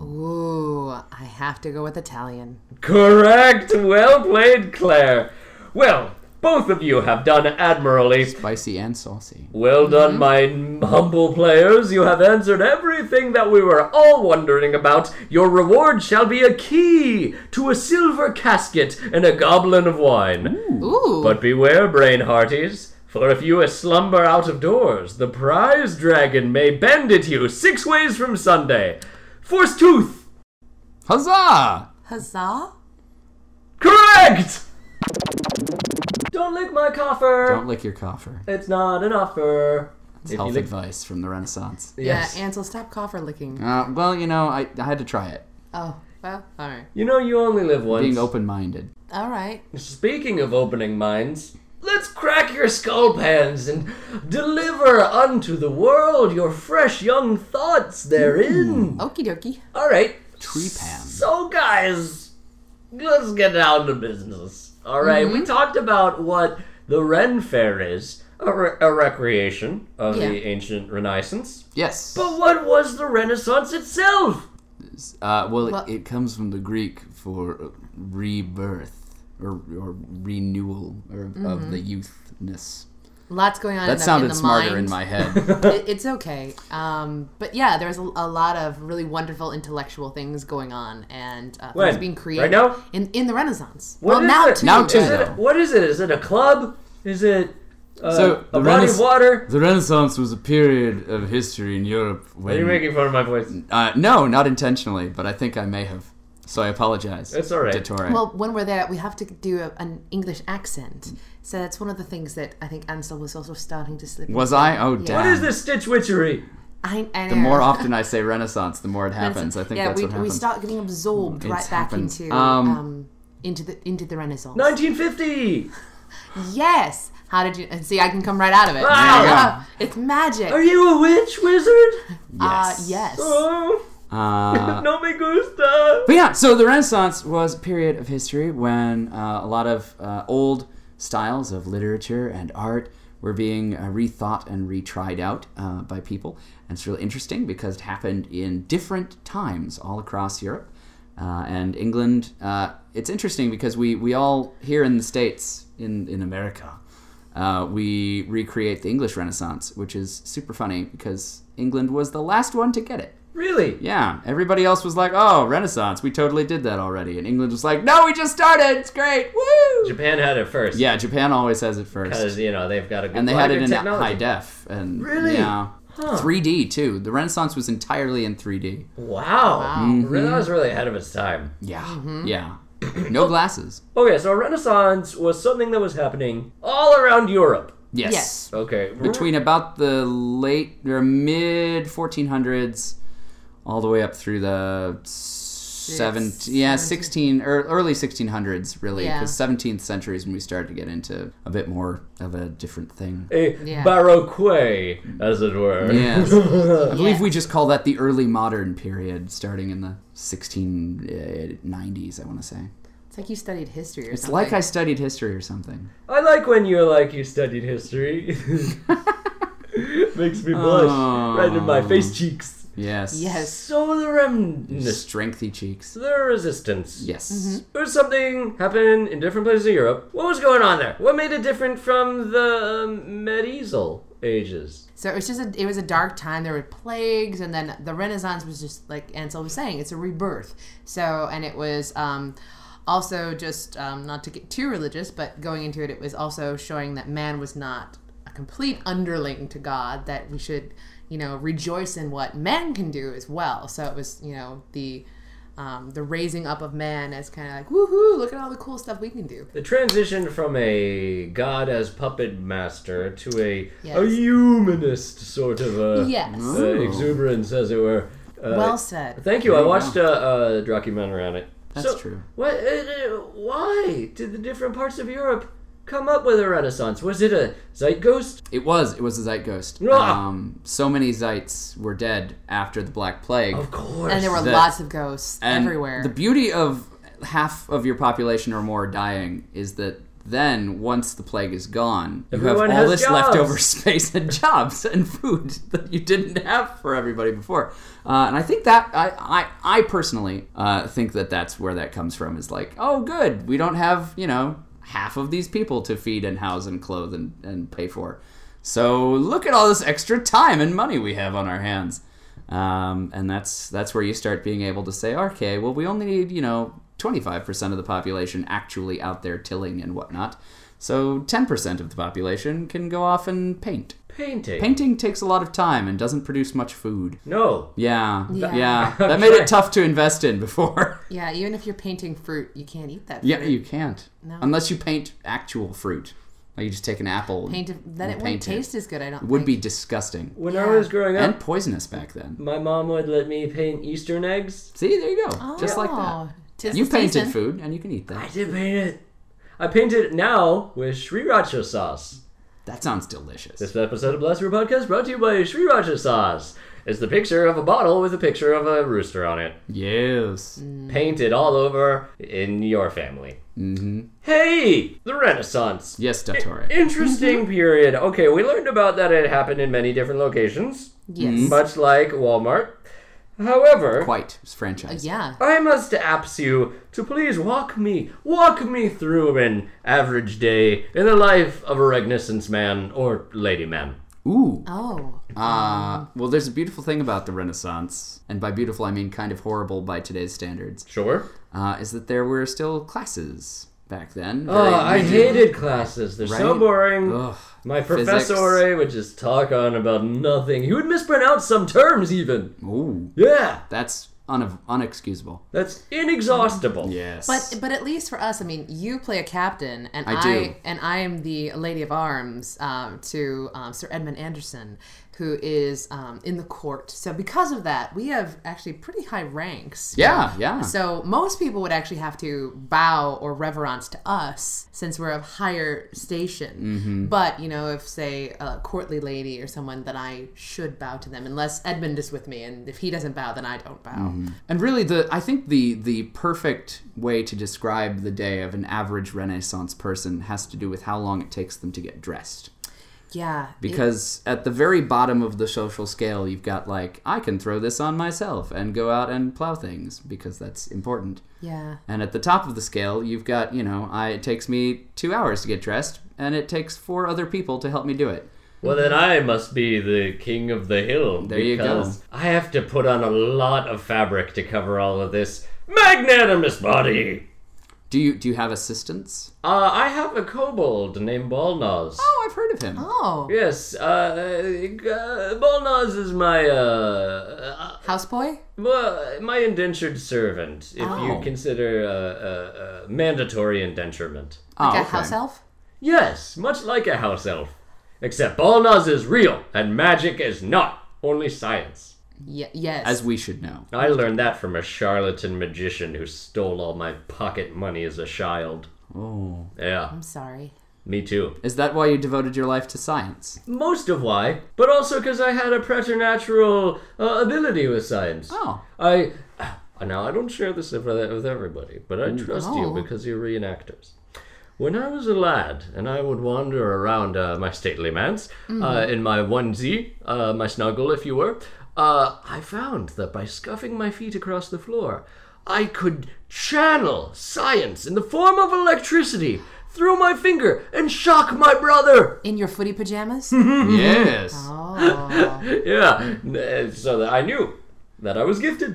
S4: Ooh, I have to go with Italian.
S2: Correct. Well played, Claire. Well, both of you have done admirably.
S3: Spicy and saucy.
S2: Well done, my humble players. You have answered everything that we were all wondering about. Your reward shall be a key to a silver casket and a goblin of wine.
S4: Ooh.
S2: But beware, brain hearties, for if you slumber out of doors, the prize dragon may bend at you six ways from Sunday. Force tooth!
S3: Huzzah!
S4: Huzzah!
S2: Correct! Don't lick my coffer!
S3: Don't lick your coffer.
S2: It's not an offer. If you
S3: Health
S2: lick-
S3: advice from the Renaissance.
S2: Yes.
S4: Yeah, Ansel, stop coffer licking.
S3: Uh, well, you know, I, I had to try it.
S4: Oh, well, all right.
S2: you know you only live once.
S3: Being open-minded.
S4: All right.
S2: Speaking of opening minds, let's crack your skull pans and deliver unto the world your fresh young thoughts therein.
S4: Okie dokie.
S2: All right.
S3: Tree pan.
S2: So, guys, let's get down to business. All right, we talked about what the Ren Fair is a, re- a recreation of
S4: Yeah.
S2: the ancient Renaissance.
S3: Yes.
S2: But what was the Renaissance itself?
S3: Uh, well,
S4: Well-
S3: it, it comes from the Greek for uh, rebirth or, or renewal or, of the youthness.
S4: Lots going on. in
S3: That
S4: the, Mm-hmm.
S3: sounded
S4: in the
S3: smarter
S4: mind.
S3: in my head.
S4: It- it's okay. Um, but yeah, there's a, a lot of really wonderful intellectual things going on and uh,
S2: When?
S4: things being created
S2: Right now?
S4: in in the Renaissance.
S2: What
S4: well,
S2: is
S4: now
S2: it?
S4: too. Uh,
S3: Now too.
S2: Is it, what is it? Is it a club? Is it
S3: So,
S2: a
S3: the
S2: body of
S3: Renaissance-
S2: water.
S3: The Renaissance was a period of history in Europe when.
S2: Are you making fun of my voice?
S3: uh, no, not intentionally, but I think I may have. So I apologize.
S2: It's all right.
S3: Dottore.
S4: Well, when we're there, we have to do a, an English accent. So that's one of the things that I think Ansel was also starting to slip.
S3: was
S4: into.
S3: I? Oh, damn.
S2: What is this stitch witchery?
S4: I, I
S3: The
S4: know.
S3: more often I say Renaissance, the more it happens. I think
S4: yeah,
S3: that's
S4: we,
S3: what
S4: we
S3: happens.
S4: start getting absorbed
S3: It's
S4: right back
S3: happened.
S4: into
S3: Um,
S4: um, into the into the Renaissance.
S2: 1950.
S4: Yes. How did you and see? I can come right out of it.
S2: Wow.
S3: Yeah.
S4: it's magic.
S2: Are you a witch wizard?
S4: Uh, yes.
S2: Oh,
S3: Uh,
S2: no me gusta.
S3: But yeah, so the Renaissance was a period of history when uh, a lot of uh, old styles of literature and art were being uh, rethought and retried out uh, by people. And it's really interesting because it happened in different times all across Europe. Uh, and England, uh, it's interesting because we, we all, here in the States, in, in America, uh, we recreate the English Renaissance, which is super funny because England was the last one to get it.
S2: Really?
S3: Yeah, everybody else was like, "Oh, Renaissance, we totally did that already," and England was like, "No, we just started. It's great, woo!"
S2: Japan had it first.
S3: Yeah, Japan always has it first,
S2: Because, you know, they've got a good
S3: and they
S2: lot
S3: had
S2: of
S3: it
S2: good
S3: in
S2: technology.
S3: high def and
S2: Really?
S3: yeah, 3D too. The Renaissance was entirely in 3D.
S2: Wow.
S4: Wow.
S3: Mm-hmm.
S2: Really, that was really ahead of its time.
S3: Yeah,
S2: Mm-hmm.
S3: yeah, no glasses.
S2: Okay, so Renaissance was something that was happening all around Europe.
S3: Yes.
S4: Yes.
S2: Okay. r-
S3: between about the late or mid 1400s, all the way up through the. Seven, yeah, sixteen or early sixteen hundreds, really,
S4: Yeah.
S3: because seventeenth century is when we started to get into a bit more of a different thing.
S2: a
S4: Yeah.
S2: baroque, as it were.
S3: Yes. I believe
S4: Yeah.
S3: we just call that the early modern period, starting in the 1690s, I want to say.
S4: It's like you studied history or
S3: It's
S4: something.
S3: like I studied history or something.
S2: I like when you're like you studied history. Makes me blush right in my face cheeks.
S3: Yes.
S4: Yes.
S2: So the remnants,
S3: Strengthy cheeks.
S2: the resistance.
S3: Yes.
S4: Mm-hmm.
S2: There was something happened in different places of Europe. What was going on there? What made it different from the um, medieval ages?
S4: So it was just a, it was a dark time. There were plagues, and then the Renaissance was just like Ansel was saying, it's a rebirth. So and it was um, also just um, not to get too religious, but going into it, it was also showing that man was not a complete underling to God. That we should, you know, rejoice in what man can do as well. So it was you know the um, the raising up of man as kind of like woohoo, look at all the cool stuff we can do.
S2: The transition from a god as puppet master to a a
S4: Yes.
S2: humanist sort of a
S4: Yes.
S2: uh, exuberance, as it were. Uh,
S4: well said.
S2: Thank you. I
S3: you go.
S2: watched a, a documentary on it.
S3: That's
S2: So,
S3: true.
S2: What, uh, uh, why did the different parts of Europe come up with a renaissance? Was it a zeitgeist?
S3: It was. It was a zeitgeist.
S2: Ah.
S3: Um, so many zeits were dead after the Black Plague.
S2: Of course.
S4: And there were
S3: that-
S4: lots of ghosts
S3: And
S4: everywhere.
S3: The beauty of half of your population or more dying is that then once the plague is gone, you
S2: Everyone
S3: have all
S2: has
S3: this
S2: jobs.
S3: leftover space and jobs and food that you didn't have for everybody before. Uh, and I think that I I, I personally uh, think that that's where that comes from. Is like, oh, good, we don't have you know half of these people to feed and house and clothe and, and pay for. So look at all this extra time and money we have on our hands. Um, and that's that's where you start being able to say, okay, well, we only need you know 25% of the population actually out there tilling and whatnot. So 10% of the population can go off and paint.
S2: painting.
S3: Painting takes a lot of time and doesn't produce much food.
S2: no.
S3: Yeah, yeah,
S4: Yeah.
S3: that made it tough to invest in before.
S4: Yeah, even if you're painting fruit, you can't eat that.
S3: yeah,
S4: fruit.
S3: you can't
S4: No.
S3: unless you paint actual fruit. Like you just take an apple, and
S4: paint it. Then it wouldn't
S3: paint it.
S4: taste as good. I don't.
S3: it would
S4: think.
S3: be disgusting
S2: When I
S4: Yeah.
S2: was growing up,
S3: and poisonous back then.
S2: my mom would let me paint Eastern eggs.
S3: See, there you go, just like that.
S4: Oh, tis
S3: You
S4: the
S3: painted
S4: season.
S3: food, and you can eat that.
S2: I did paint it. I painted it now with sriracha sauce.
S3: That sounds delicious.
S2: This episode of Blast Your Podcast brought to you by sriracha sauce. It's the picture of a bottle with a picture of a rooster on it.
S3: Yes.
S4: Mm.
S2: painted all over in your family. Mm-hmm. Hey, the Renaissance.
S3: Yes, Dottore.
S2: Interesting
S3: Mm-hmm.
S2: period. Okay, we learned about that it happened in many different locations,
S4: Yes.
S2: much like Walmart. However,
S3: Quite franchise.
S4: Yeah.
S2: I must ask you to please walk me, walk me through an average day in the life of a renaissance man or lady man.
S3: Ooh.
S4: Oh.
S3: Uh, well, there's a beautiful thing about the Renaissance, and by beautiful I mean kind of horrible by today's standards,
S2: Sure.
S3: uh, is that there were still classes back then.
S2: Oh,
S3: Very
S2: I
S3: rigid.
S2: hated classes. They're so
S3: Right?
S2: boring.
S3: Ugh.
S2: My
S3: Physics.
S2: professor eh, would just talk on about nothing. He would mispronounce some terms, even.
S3: Ooh,
S2: Yeah,
S3: that's un- unexcusable.
S2: that's inexhaustible.
S3: Yes.
S4: But but at least for us, I mean, you play a captain, and
S3: I
S4: I,
S3: do.
S4: and I am the lady of arms um, to um, Sir Edmund Anderson, who is um, in the court. So because of that, we have actually pretty high ranks.
S3: yeah, yeah.
S4: So most people would actually have to bow or reverence to us since we're of higher station.
S3: Mm-hmm.
S4: But you know, if say a courtly lady or someone, then I should bow to them, unless Edmund is with me, and if he doesn't bow, then I don't bow.
S3: And really, the I think the the perfect way to describe the day of an average Renaissance person has to do with how long it takes them to get dressed.
S4: Yeah, it-
S3: Because at the very bottom of the social scale, you've got like I can throw this on myself and go out and plow things because that's important.
S4: yeah.
S3: And at the top of the scale, you've got you know I it takes me two hours to get dressed, and it takes four other people to help me do it.
S2: Well, then I must be the king of the hill.
S3: There you go.
S2: because I have to put on a lot of fabric to cover all of this magnanimous body.
S3: Do you do you have assistants?
S2: Uh, I have a kobold named Balnaz.
S3: Oh, I've heard of him.
S4: Oh,
S2: Yes, uh, uh, Balnaz is my, uh,
S4: houseboy.
S2: Well, my indentured servant, if
S3: Oh.
S2: you consider uh, uh, uh, mandatory indenturement.
S3: Oh,
S4: Like a
S3: okay.
S4: house elf?
S2: Yes, much like a house elf. Except Balnaz is real, and magic is not, only science.
S4: Ye- yes.
S3: As we should know.
S2: I learned that from a charlatan magician who stole all my pocket money as a child.
S3: Oh.
S2: Yeah,
S4: I'm sorry.
S2: me too.
S3: Is that why you devoted your life to science?
S2: Most of why, but also because I had a preternatural uh, ability with science.
S3: Oh.
S2: I now I don't share this with e, with everybody, but I trust
S4: Oh.
S2: you because you're reenactors. When I was a lad, and I would wander around uh, my stately manse uh, in my onesie, uh, my snuggle, if you were, uh, I found that by scuffing my feet across the floor, I could channel science in the form of electricity through my finger and shock my brother.
S4: In your footy pajamas?
S3: Yes.
S4: oh,
S2: yeah, n- so that I knew that I was gifted.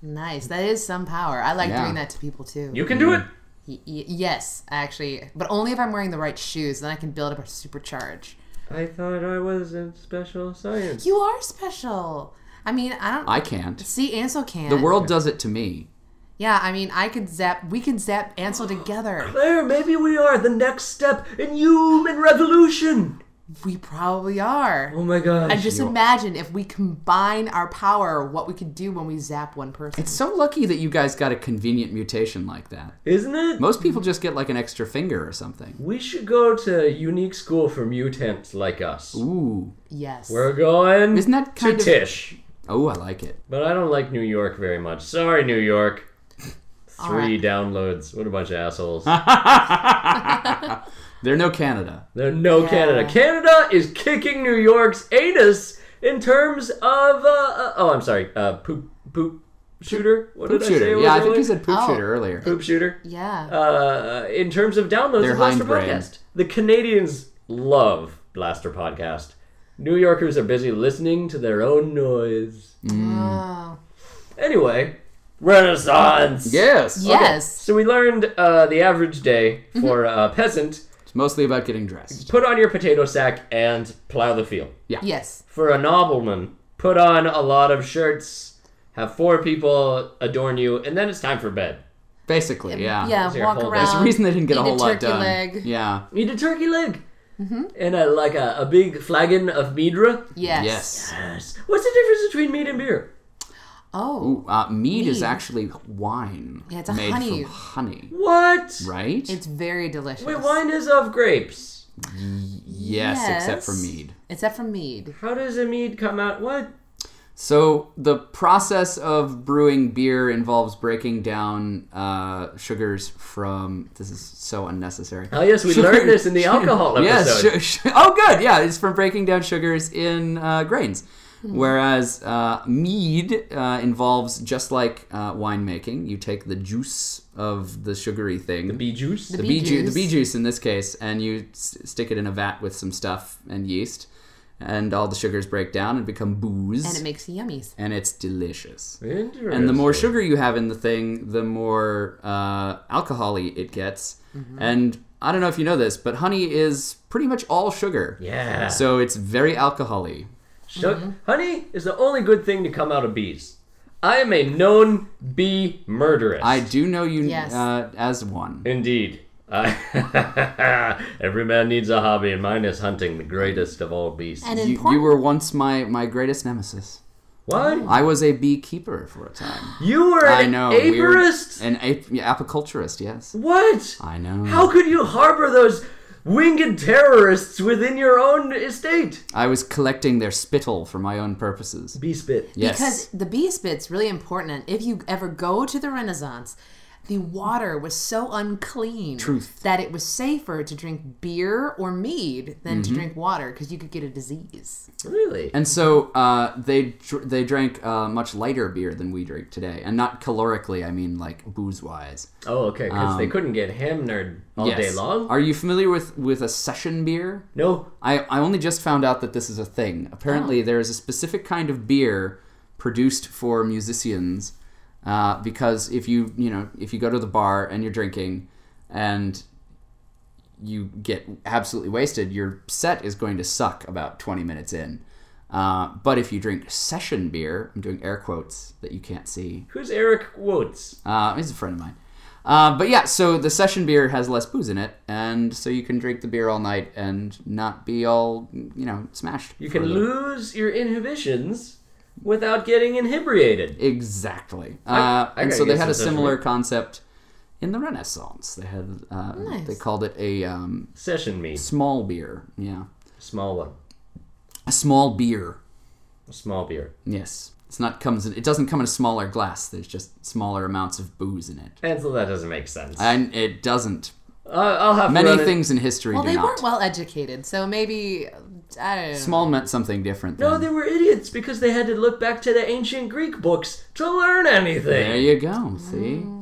S4: nice. That is some power. I like
S3: Yeah.
S4: doing that to people too.
S2: You can do it.
S4: Y- y- yes, actually, but only if I'm wearing the right shoes. Then I can build up a supercharge.
S2: I thought I was in special science.
S4: You are special. I mean, I don't
S3: I can't.
S4: see Ansel can.
S3: The world does it to me.
S4: Yeah, I mean, I could zap. We could zap Ansel together.
S2: Claire, maybe we are the next step in human revolution.
S4: We probably are.
S2: Oh my gosh.
S4: and just imagine if we combine our power, what we could do when we zap one person.
S3: It's so lucky that you guys got a convenient mutation like that.
S2: Isn't it?
S3: Most people just get like an extra finger or something.
S2: we should go to unique school for mutants like us.
S3: Ooh.
S4: yes.
S2: We're going
S3: Isn't that
S2: to
S3: kind of-
S2: Tish.
S3: Oh, I like it.
S2: But I don't like New York very much. Sorry, New York.
S4: All
S2: Three downloads. What a bunch of assholes.
S3: They're no Canada.
S2: there are no
S4: Yeah.
S2: Canada. Canada is kicking New York's anus in terms of. Uh, uh, oh, I'm sorry. Uh, poop, poop shooter? What
S3: Poop
S2: did I say? it
S3: shooter.
S2: was
S3: Yeah, I think
S2: earlier?
S3: you said poop
S4: Oh.
S3: shooter earlier.
S2: Poop shooter.
S4: Yeah.
S3: Mm.
S2: uh, in terms of downloads
S3: Their
S2: of Blaster
S3: hindbrain.
S2: Podcast. The Canadians love Blaster Podcast. New Yorkers are busy listening to their own noise.
S4: Oh.
S2: Anyway, Renaissance!
S3: Yes.
S4: Yes.
S2: So we learned uh, the average day for a peasant
S3: It's mostly about getting dressed.
S2: put on your potato sack and plow the field.
S4: Yes.
S2: For a nobleman, put on a lot of shirts, have four people adorn you, and then it's time for bed.
S3: Basically, yeah.
S4: Yeah.
S2: Those are
S4: Walk
S2: whole-
S4: around.
S2: there's
S3: There's a reason they didn't get
S4: eat
S3: a whole lot
S4: turkey
S3: done.
S4: Leg.
S3: Yeah.
S2: Eat a turkey leg! And a, like a, a big flagon of Midra.
S4: Yes.
S3: Yes.
S2: Yes. What's the difference between meat and beer?
S4: Oh,
S3: Ooh, uh, mead, is
S4: Mead.
S3: actually wine
S4: Yeah, it's a
S3: made
S4: honey.
S3: from honey,
S2: What?
S3: right?
S4: it's very delicious.
S2: Wait, wine is of grapes.
S3: yes, except for
S4: Yes.
S3: mead.
S4: Except for mead.
S2: How does a mead come out? What?
S3: So the process of brewing beer involves breaking down uh, sugars from. This is so unnecessary.
S2: Oh yes, we
S3: Sugar-
S2: learned this in the alcohol
S3: Yes.
S2: episode.
S3: su- su- oh, good. Yeah, it's from breaking down sugars in uh, grains.
S4: Hmm.
S3: Whereas uh, mead uh, involves just like uh, winemaking, you take the juice of the sugary thing,
S2: Bee juice.
S3: the bee, ju- the bee juice in this case, and you s- stick it in a vat with some stuff and yeast, and all the sugars break down and become booze,
S4: and it makes yummies.
S3: and it's delicious.
S2: Interesting.
S3: And the more sugar you have in the thing, the more uh, alcoholy it gets.
S2: Mm-hmm.
S3: And I don't know if you know this, but honey is pretty much all sugar.
S2: Yeah.
S3: So it's very alcoholy.
S2: Shug- Honey is the only good thing to come out of bees. I am a known bee murderess.
S3: I do know you
S4: Yes.
S3: uh, as one.
S2: Indeed. I- Every man needs a hobby, and mine is hunting the greatest of all beasts.
S4: And
S3: You, you were once my, my greatest nemesis.
S2: what?
S3: I was a beekeeper for a time.
S2: You were an
S3: I know. weird-
S2: apiarist?
S3: An ap- yeah, apiculturist, yes.
S2: What?
S3: I know.
S2: How could you harbor those winged terrorists within your own estate?
S3: I was collecting their spittle for my own purposes.
S2: Bee spit.
S3: Yes.
S4: Because the bee spit's really important. And if you ever go to the Renaissance, the water was so unclean
S3: Truth.
S4: that it was safer to drink beer or mead
S3: Mm-hmm.
S4: than to drink water because you could get a disease.
S2: Really?
S3: And so uh, they dr- they drank uh, much lighter beer than we drink today, and not calorically. I mean, like booze wise.
S2: Oh, okay, because they couldn't get hammered all day long?
S3: Um, Are you familiar with with a session beer?
S2: no.
S3: I I only just found out that this is a thing. Apparently, there is a specific kind of beer produced for musicians, uh, because if you you know if you go to the bar and you're drinking, and you get absolutely wasted, your set is going to suck about 20 minutes in. Uh, but if you drink session beer, I'm doing air quotes that you can't see.
S2: Who's Eric Woods?
S3: Uh, he's a friend of mine. Uh, but yeah, so the session beer has less booze in it, and so you can drink the beer all night and not be all you know smashed.
S2: You can
S3: for the-
S2: lose your inhibitions without getting inebriated.
S3: exactly. Uh,
S2: I
S3: and
S2: gotta
S3: so they
S2: get
S3: had
S2: some
S3: a
S2: session
S3: similar
S2: beer.
S3: concept in the Renaissance. They had uh,
S4: Nice.
S3: they called it a um,
S2: Session me.
S3: small beer. Yeah,
S2: Small one.
S3: a small beer.
S2: Small beer.
S3: Yes. It's not comes in, it doesn't come in a smaller glass. There's just smaller amounts of booze in it.
S2: And so that doesn't make sense. I,
S3: And it doesn't.
S2: I'll have to
S3: Many
S2: run it-
S3: things in history
S4: Well,
S3: do
S4: they
S3: not.
S4: weren't well educated, so maybe I don't know.
S3: Small meant something different.
S2: No,
S3: then.
S2: they were idiots because they had to look back to the ancient Greek books to learn anything.
S3: There you go. Mm.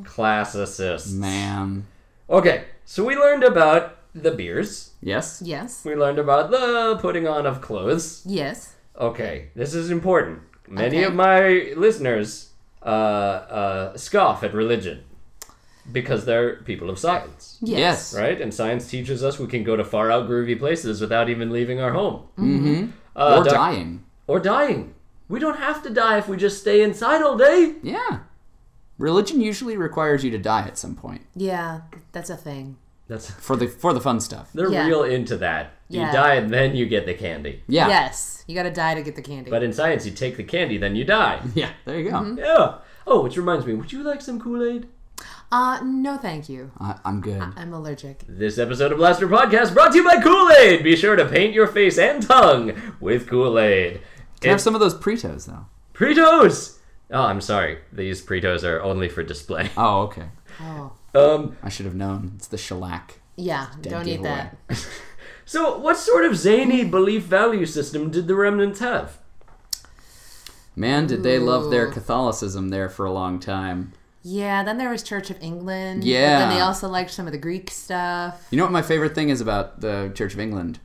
S3: See?
S2: Classicists.
S3: Man.
S2: Okay, so we learned about the beers.
S3: Yes?
S4: Yes.
S2: We learned about the putting on of clothes.
S4: Yes.
S2: Okay, this is important. Many
S4: Okay.
S2: of my listeners uh, uh, scoff at religion because they're people of science.
S4: Yes.
S3: Yes.
S2: Right? And science teaches us we can go to far out groovy places without even leaving our home.
S4: Mm-hmm.
S2: Uh,
S3: Or
S2: doc-
S3: dying.
S2: Or dying. We don't have to die if we just stay inside all day.
S3: Yeah. Religion usually requires you to die at some point
S4: Yeah, that's a thing.
S2: That's
S3: for the for the fun stuff.
S2: they're
S4: Yeah.
S2: real into that.
S4: Yeah.
S2: You die and then you get the candy.
S3: Yeah.
S4: Yes. You got to die to get the candy.
S2: But in science, you take the candy, then you die.
S3: Yeah, there you go.
S2: yeah. Oh, which reminds me, would you like some Kool Aid?
S4: uh, no, thank you.
S3: I, I'm good.
S4: I'm allergic.
S2: This episode of Blaster Podcast brought to you by Kool Aid. Be sure to paint your face and tongue with Kool Aid.
S3: Can I have
S2: It's
S3: some of those Pritos, though?
S2: Pritos. Oh, I'm sorry. These Pritos are only for display.
S3: Oh, okay.
S4: Oh.
S2: Um,
S3: I should have known. It's the shellac.
S4: Yeah, don't eat
S3: giveaway.
S4: that.
S2: so, what sort of zany belief value system did the remnants have?
S3: Man, did they love their Catholicism there for a long time.
S4: Yeah, then there was Church of England. But
S3: Yeah.
S4: then they also liked some of the Greek stuff.
S3: You know what my favorite thing is about the Church of England?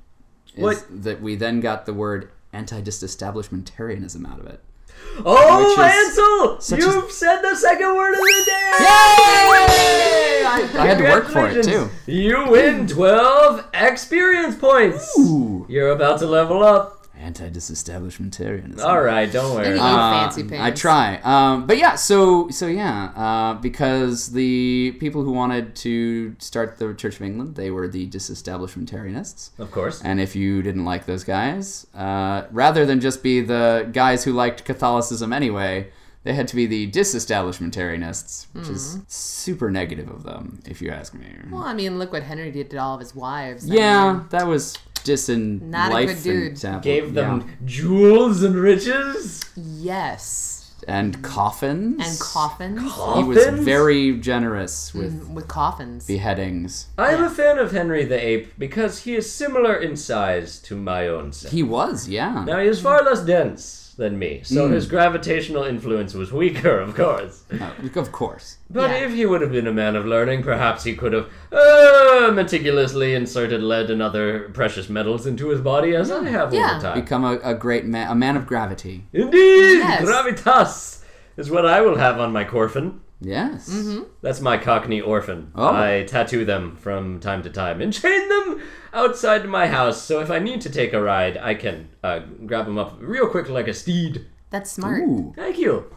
S3: Is
S2: What?
S3: That we then got the word anti-disestablishmentarianism out of it.
S2: Oh,
S3: Which is
S2: Ansel!
S3: such a-
S2: You've said the second word of the day!
S3: I, I had to work for it too.
S2: Congratulations. You win 12 experience points!
S3: Ooh,
S2: You're about to level up.
S3: anti-disestablishmentarianism.
S2: All right, don't
S4: Maybe
S2: worry.
S4: eat fancy
S3: Um,
S4: pants.
S3: I try, um, but yeah. So so yeah, uh, because the people who wanted to start the Church of England, they were the disestablishmentarianists.
S2: Of course.
S3: And if you didn't like those guys, uh, rather than just be the guys who liked Catholicism anyway, they had to be the disestablishmentarianists, which is super negative of them, if you ask me.
S4: Hmm. Well, I mean, look what Henry did to all of his wives. I mean,
S3: yeah, that was dis and
S4: Not a
S3: life
S4: good dude.
S3: And,
S2: Gave them jewels and riches.
S4: yes.
S3: and coffins
S4: And coffins. Mm,
S3: He was
S2: Coffins?
S3: very generous with
S2: Mm.
S4: With coffins.
S3: beheadings.
S2: I'm a fan of Henry the Ape because he is similar in size to my own self.
S3: He was, yeah.
S2: Now he is far less dense than me, so his gravitational influence was weaker, of course.
S3: Uh, of course.
S2: But
S4: Yeah.
S2: if he would have been a man of learning, perhaps he could have uh, meticulously inserted lead and other precious metals into his body, as I have
S4: Yeah.
S2: over time.
S3: Become a, a great man, a man of gravity.
S2: Indeed,
S4: Yes.
S2: gravitas is what I will have on my corfin.
S3: Yes.
S2: That's my Cockney orphan.
S3: Oh.
S2: I tattoo them from time to time and chain them outside my house. So if I need to take a ride, I can uh, grab them up real quick like a steed.
S4: That's smart.
S3: Ooh,
S2: Thank you.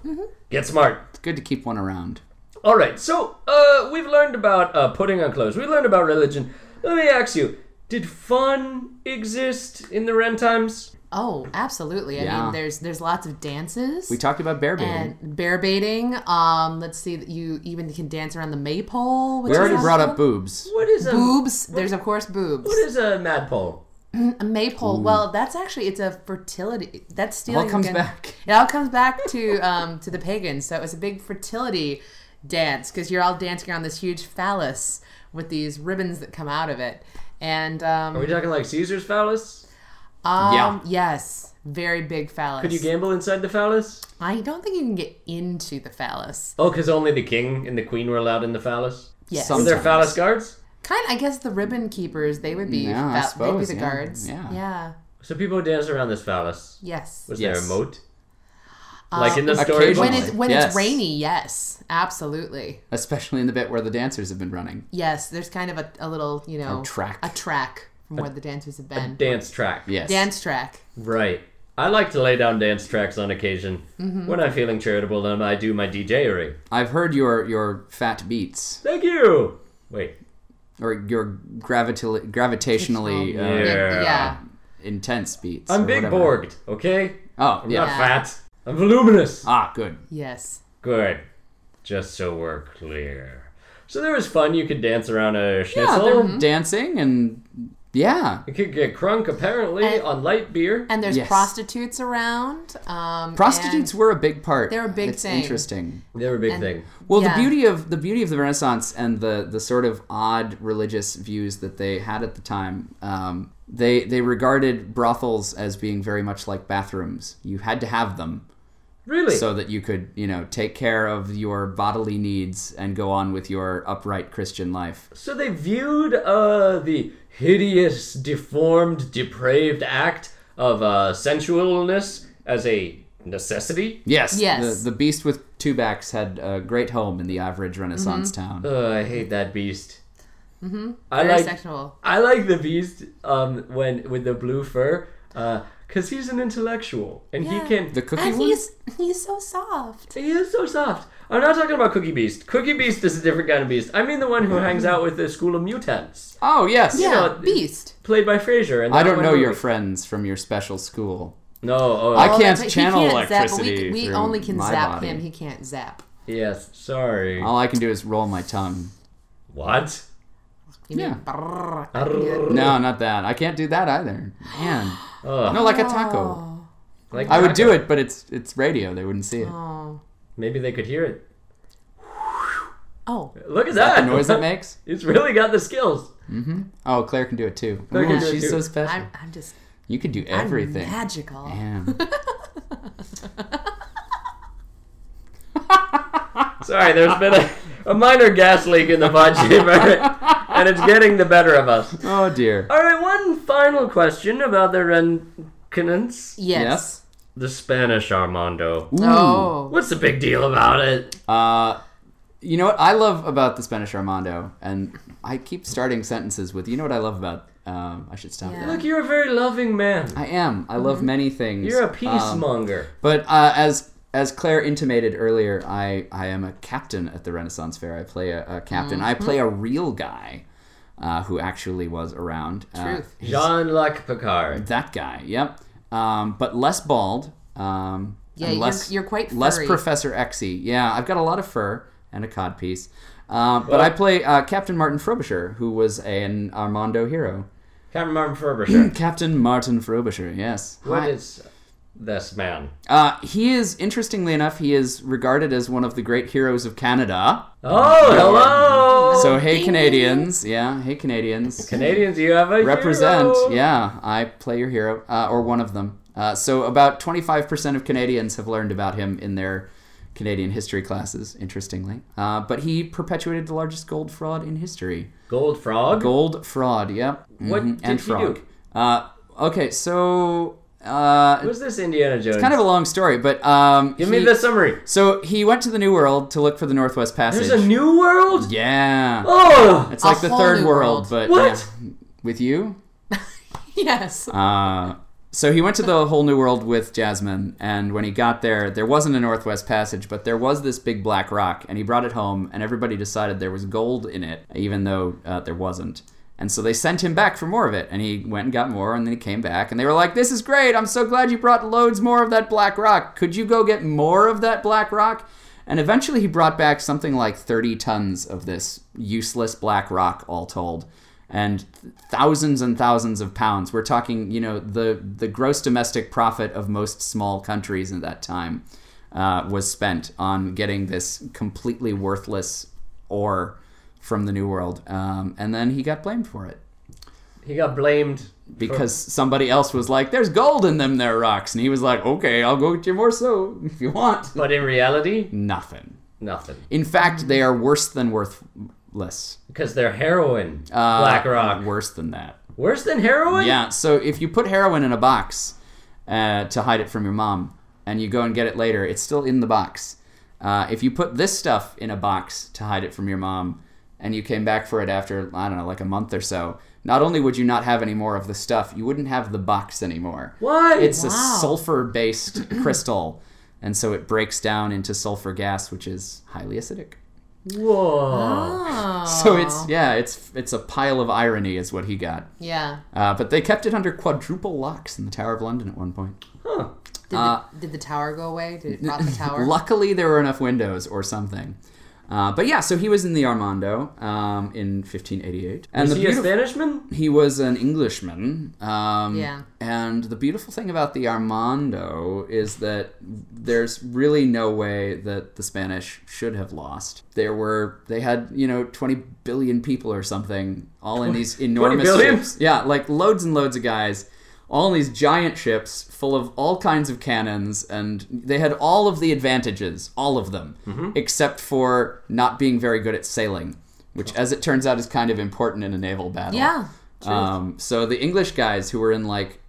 S2: Get smart.
S3: it's good to keep one around.
S2: All right. So uh, we've learned about uh, putting on clothes. We learned about religion. Let me ask you: Did fun exist in the Ren times?
S4: Oh, absolutely. I
S3: Yeah.
S4: mean, there's there's lots of dances.
S3: We talked about bear baiting.
S4: and bear baiting. Um, let's see that you even can dance around the maypole. Which
S3: we
S4: is
S3: already brought up
S4: awesome.
S3: boobs.
S2: What is a
S4: boobs. There's of course boobs.
S2: What is a madpole?
S4: A maypole. Well, that's actually it's a fertility. That's stealing.
S3: all comes
S4: again.
S3: back.
S4: It all comes back to um to the pagans. So it was a big fertility dance because you're all dancing on this huge phallus with these ribbons that come out of it. And um,
S2: Are we talking like Caesar's phallus?
S4: um
S3: Yeah.
S4: yes, very big phallus.
S2: Could you gamble inside the phallus?
S4: I don't think you can get into the phallus.
S2: Oh, because only the king and the queen were allowed in the phallus.
S4: Yes.
S3: Some-
S2: Were there phallus guards?
S4: Kind I guess the ribbon keepers, they would be
S3: Yeah, I
S4: fa- they'd be
S3: suppose,
S4: the
S3: yeah,
S4: guards.
S3: yeah.
S4: Yeah.
S2: So people would dance around this phallus.
S4: Yes.
S2: Was
S3: Yes.
S2: there a moat? like in the
S3: occasionally.
S2: story.
S4: When it's when
S3: Yes.
S4: it's rainy, yes. Absolutely.
S3: Especially in the bit where the dancers have been running.
S4: Yes, there's kind of a, a little, you know,
S3: A track.
S4: a track from where the dancers have been.
S2: Dance track.
S3: Yes.
S4: Dance track.
S2: Right. I like to lay down dance tracks on occasion. When I'm feeling charitable, then I do my DJery.
S3: I've heard your your fat beats
S2: Thank you. Wait.
S3: or your gravita- gravitationally uh,
S2: Yeah.
S4: Yeah.
S3: intense beats.
S2: I'm
S3: or
S2: big
S3: whatever.
S2: borged, okay?
S3: Oh
S2: I'm
S3: yeah.
S2: not fat. I'm voluminous.
S3: Ah, good.
S4: Yes.
S2: Good. Just so we're clear. So there was fun. You could dance around a
S3: Yeah,
S2: schnitzel.
S3: they're dancing and yeah,
S2: You could get crunk apparently
S4: And-
S2: on light beer.
S4: And there's
S3: Yes.
S4: prostitutes around. Um,
S3: prostitutes
S4: and-
S3: were a big part.
S4: They're a big
S3: it's
S4: thing.
S3: Interesting.
S2: They were a big thing.
S3: Well,
S4: Yeah.
S3: the beauty of the beauty of the Renaissance and the the sort of odd religious views that they had at the time, um, they they regarded brothels as being very much like bathrooms. You had to have them
S2: Really?
S3: so that you could you know take care of your bodily needs and go on with your upright Christian life.
S2: So they viewed uh, the hideous, deformed, depraved act of uh, sensualness as a necessity.
S3: Yes,
S4: Yes.
S3: The, the beast with two backs had a great home in the average Renaissance
S4: Mm-hmm.
S3: town.
S2: Ugh, I hate that beast. Mm-hmm. I
S4: Very
S2: like
S4: sexual.
S2: I like the beast um, when with the blue fur because he's an intellectual and
S4: Yeah.
S2: he can.
S3: The cookie
S4: And
S3: one?
S4: he's he's so soft.
S2: he is so soft. I'm not talking about Cookie Beast. Cookie Beast is a different kind of beast. I mean the one who hangs out with the School of Mutants,
S3: Oh yes.
S4: Yeah,
S2: know,
S4: beast.
S2: played by Frasier. And
S3: I
S2: that
S3: don't
S2: one
S3: know your
S2: movie.
S3: friends from your special school.
S2: No, oh,
S3: I
S4: Oh,
S3: can't
S4: that's right. He
S3: channel
S4: zap, but
S3: electricity.
S4: we, we
S3: through
S4: only can
S3: my
S4: zap
S3: body.
S4: him. He can't zap.
S2: yes. Sorry.
S3: All I can do is roll my tongue.
S2: What?
S4: You mean
S3: Yeah.
S4: brrrr. I can do it.
S3: No, not that. I can't do that either. Man.
S2: Ugh.
S3: No, like a taco.
S2: Like
S3: I would
S2: Taco.
S3: do it, but it's it's radio. They wouldn't see it.
S4: Oh.
S2: Maybe they could hear it.
S4: Oh.
S2: Look at
S3: The
S2: that,
S3: noise it makes.
S2: It's really got the skills.
S3: Oh, Claire can do it too.
S2: Claire can
S3: Ooh,
S2: do it
S3: she's
S2: too.
S3: so special.
S4: I'm, I'm just
S3: you can do
S4: I'm
S3: everything.
S4: magical.
S3: Man.
S2: Sorry, there's been a, a minor gas leak in the pod chamber, and it's getting the better of us.
S3: Oh dear.
S2: All right, one final question about the Renconance.
S4: Yes.
S2: The Spanish Armando.
S3: Ooh.
S4: Oh.
S2: What's the big deal about it?
S3: Uh, you know what I love about the Spanish Armando, and I keep starting sentences with, you know what I love about. Um, I should stop
S4: Yeah. Mm-hmm.
S3: that.
S2: Look, you're a very loving man.
S3: I am. I love many things.
S2: You're a
S3: Um,
S2: peacemonger.
S3: But uh, as as Claire intimated earlier, I, I am a captain at the Renaissance Fair. I play a, a captain. I
S4: Mm-hmm.
S3: play a real guy uh, who actually was around. Uh,
S4: Truth.
S2: Jean-Luc Picard.
S3: that guy, yep. Um, but less bald. Um,
S4: Yeah,
S3: and
S4: you're-
S3: less,
S4: you're quite
S3: less
S4: furry.
S3: Professor Exy. Yeah, I've got a lot of fur and a codpiece. Um, but I play uh, Captain Martin Frobisher, who was an Armando hero.
S2: Captain Martin Frobisher.
S3: Captain Martin Frobisher, yes.
S2: what
S3: Hmm. Hi.
S2: is this man?
S3: Uh, he is, interestingly enough, he is regarded as one of the great heroes of Canada.
S2: Oh, hello!
S3: So hey Canadians, yeah, hey Canadians,
S2: Canadians, you have a
S3: represent.
S2: hero.
S3: Yeah, I play your hero uh, or one of them. Uh, so about 25% of Canadians have learned about him in their Canadian history classes, interestingly. Uh, but he perpetuated the largest gold fraud in history.
S2: Gold frog.
S3: Gold fraud, yep.
S2: What
S3: Mhm,
S2: did
S3: and
S2: he
S3: frog.
S2: do?
S3: Uh, okay, so uh,
S2: Who's this Indiana Jones?
S3: kind of a long story, but um,
S2: Give me
S3: he-
S2: the summary.
S3: So he went to the New World to look for the Northwest Passage.
S2: There's a new world.
S3: yeah.
S2: Oh,
S3: It's like the
S4: whole
S3: third
S4: new
S3: world,
S4: world.
S3: but
S2: What?
S3: yeah. with you.
S4: Yes.
S3: Uh, so he went to the whole new world with Jasmine, and when he got there, there wasn't a Northwest Passage, but there was this big black rock, and he brought it home, and everybody decided there was gold in it, even though uh, there wasn't. And so they sent him back for more of it, and he went and got more, and then he came back, and they were like, "This is great! I'm so glad you brought loads more of that black rock. Could you go get more of that black rock?" And eventually, he brought back something like 30 tons of this useless black rock, all told and thousands and thousands of pounds. We're talking, you know, the the gross domestic profit of most small countries at that time uh, was spent on getting this completely worthless ore from the New World, um, and then he got blamed for it
S2: he got blamed
S3: because somebody else was like, "There's gold in them there rocks," and he was like, "Okay, I'll go get you more so if you want."
S2: for- but in reality,
S3: Nothing.
S2: nothing.
S3: In fact, they are worse than worthless.
S2: Because they're heroin.
S3: Uh,
S2: Black rock.
S3: Worse than that.
S2: Worse than heroin?
S3: Yeah, so if you put heroin in a box uh, to hide it from your mom and you go and get it later, it's still in the box. Uh, if you put this stuff in a box to hide it from your mom and you came back for it after, I don't know, like a month or so, not only would you not have any more of the stuff, you wouldn't have the box anymore.
S2: Why?
S3: It's a
S4: Wow.
S3: sulfur based crystal, and so it breaks down into sulfur gas, which is highly acidic. Ah.
S2: Whoa.
S3: So it's yeah, it's it's a pile of irony is what he got.
S4: Yeah.
S3: Uh, but they kept it under quadruple locks in the Tower of London at one point.
S2: Huh.
S4: Did,
S3: uh,
S4: the, did the tower go away? Did it drop the tower?
S3: Luckily, there were enough windows or something. Uh, but yeah, so he was in the Armando um, in 1588, and
S2: Is
S3: the
S2: he a
S3: beautif-
S2: Spanish man?
S3: he was an Englishman. Um,
S4: Yeah.
S3: And the beautiful thing about the Armando is that there's really no way that the Spanish should have lost. There were they had you know 20 billion people or something all in these
S2: 20
S3: enormous
S2: billion?
S3: ships. Yeah, like loads and loads of guys. All in these giant ships full of all kinds of cannons, and they had all of the advantages, all of them,
S4: Mm-hmm.
S3: except for not being very good at sailing, which, as it turns out, is kind of important in a naval battle.
S4: yeah.
S3: Um, so the English guys who were in like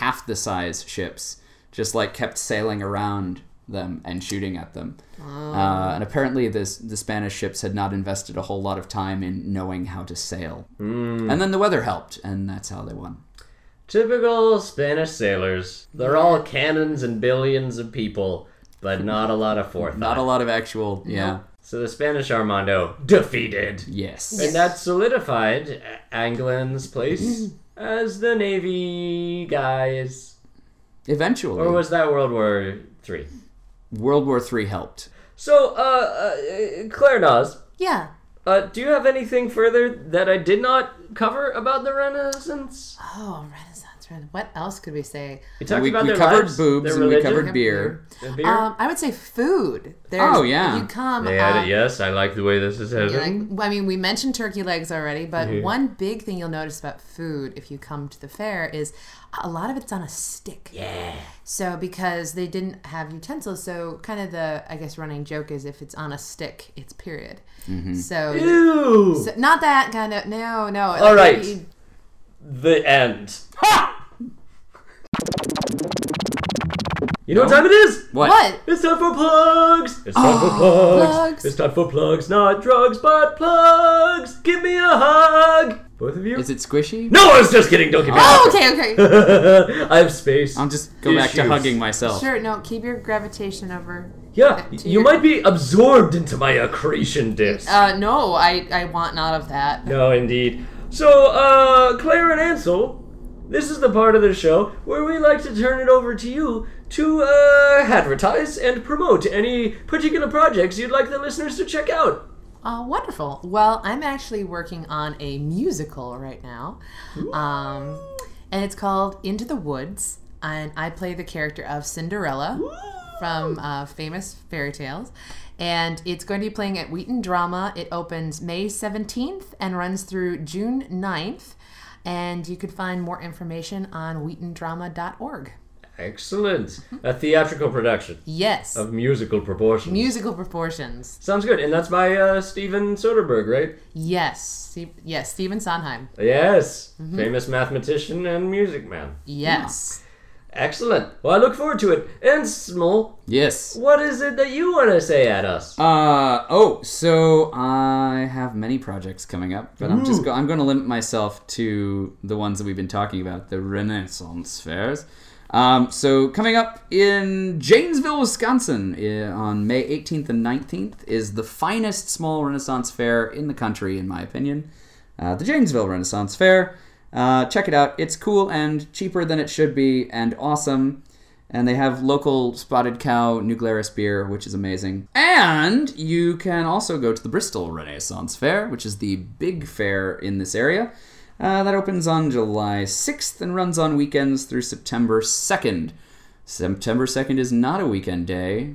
S3: half the size ships just like kept sailing around them and shooting at them.
S2: Oh.
S3: Uh, and apparently, this the Spanish ships had not invested a whole lot of time in knowing how to sail.
S2: Hmm.
S3: And then the weather helped, and that's how they won.
S2: Typical Spanish sailors. They're all cannons and billions of people, but not a lot of forethought.
S3: Not a lot of actual, yeah,
S2: So the Spanish Armando defeated.
S3: yes,
S2: And that solidified A- Anglin's place as the Navy guys.
S3: eventually
S2: Or was that World War Three?
S3: World War Three helped.
S2: So, uh, uh Claire Nas,
S4: Yeah.
S2: uh, do you have anything further that I did not cover about the Renaissance?
S4: Oh, Renaissance. Renaissance. What else could we say?
S2: We talked
S3: we
S2: about
S3: we
S2: their
S3: covered
S2: lives,
S3: boobs
S2: their
S3: and we
S2: religion,
S3: covered beer.
S2: their beer.
S4: Um, I would say food. There's,
S3: Oh, yeah.
S4: You come.
S2: They added-
S4: uh,
S2: yes, I like the way this is headed.
S4: you're like- I mean, we mentioned turkey legs already, but
S3: Mm-hmm.
S4: one big thing you'll notice about food if you come to the fair is a lot of it's on a stick.
S2: yeah.
S4: So because they didn't have utensils, so kind of the I guess running joke is if it's on a stick, it's period.
S3: Mm-hmm.
S4: So,
S2: Ew.
S4: so not that kind of no no.
S2: All right. the end. Ha! You know what time it is?
S3: What?
S4: What?
S2: It's time for plugs. It's time for plugs.
S4: plugs.
S2: It's time for plugs, not drugs, but plugs. Give me a hug, both of you.
S3: Is it squishy?
S2: no, I was just kidding. Don't give me. a
S4: Oh,
S2: hug.
S4: okay, okay.
S2: I have space.
S3: I'll just go back to
S2: Issues.
S3: hugging myself.
S4: sure. No, keep your gravitation over.
S2: Yeah,
S4: to
S2: you
S4: your-
S2: might be absorbed into my accretion disk.
S4: Uh, no, I I want none of that.
S2: No, indeed. So, uh, Claire and Ansel, this is the part of the show where we like to turn it over to you to uh, advertise and promote any particular projects you'd like the listeners to check out.
S4: Oh, wonderful. Well, I'm actually working on a musical right now. Um, and it's called Into the Woods. And I play the character of Cinderella from uh, famous fairy tales. And it's going to be playing at Wheaton Drama. It opens May 17th and runs through June 9th. And you could find more information on wheatondrama.org.
S2: Excellent. A theatrical production
S4: Yes.
S2: of musical proportions.
S4: Musical proportions.
S2: Sounds good. And that's by uh, Steven Soderbergh, right? Uh,
S4: Yes. Ste yes. Stephen Sondheim.
S2: Yes.
S3: Mm-hmm.
S2: Famous mathematician and music man.
S4: Yes.
S2: Excellent. Well, I look forward to it. And Smol,
S3: Yes.
S2: what is it that you want to say at us?
S3: Uh oh, so I have many projects coming up, but I'm just go- I'm going to limit myself to the ones that we've been talking about, the Renaissance fairs. Um, so coming up in Janesville, Wisconsin, i- on May 18th and 19th is the finest small Renaissance fair in the country, in my opinion. Uh, the Janesville Renaissance Fair. Uh, check it out; it's cool and cheaper than it should be, and awesome. And they have local Spotted Cow Nuglaris beer, which is amazing. And you can also go to the Bristol Renaissance Fair, which is the big fair in this area. Uh, that opens on July 6th and runs on weekends through September 2nd. September 2nd is not a weekend day.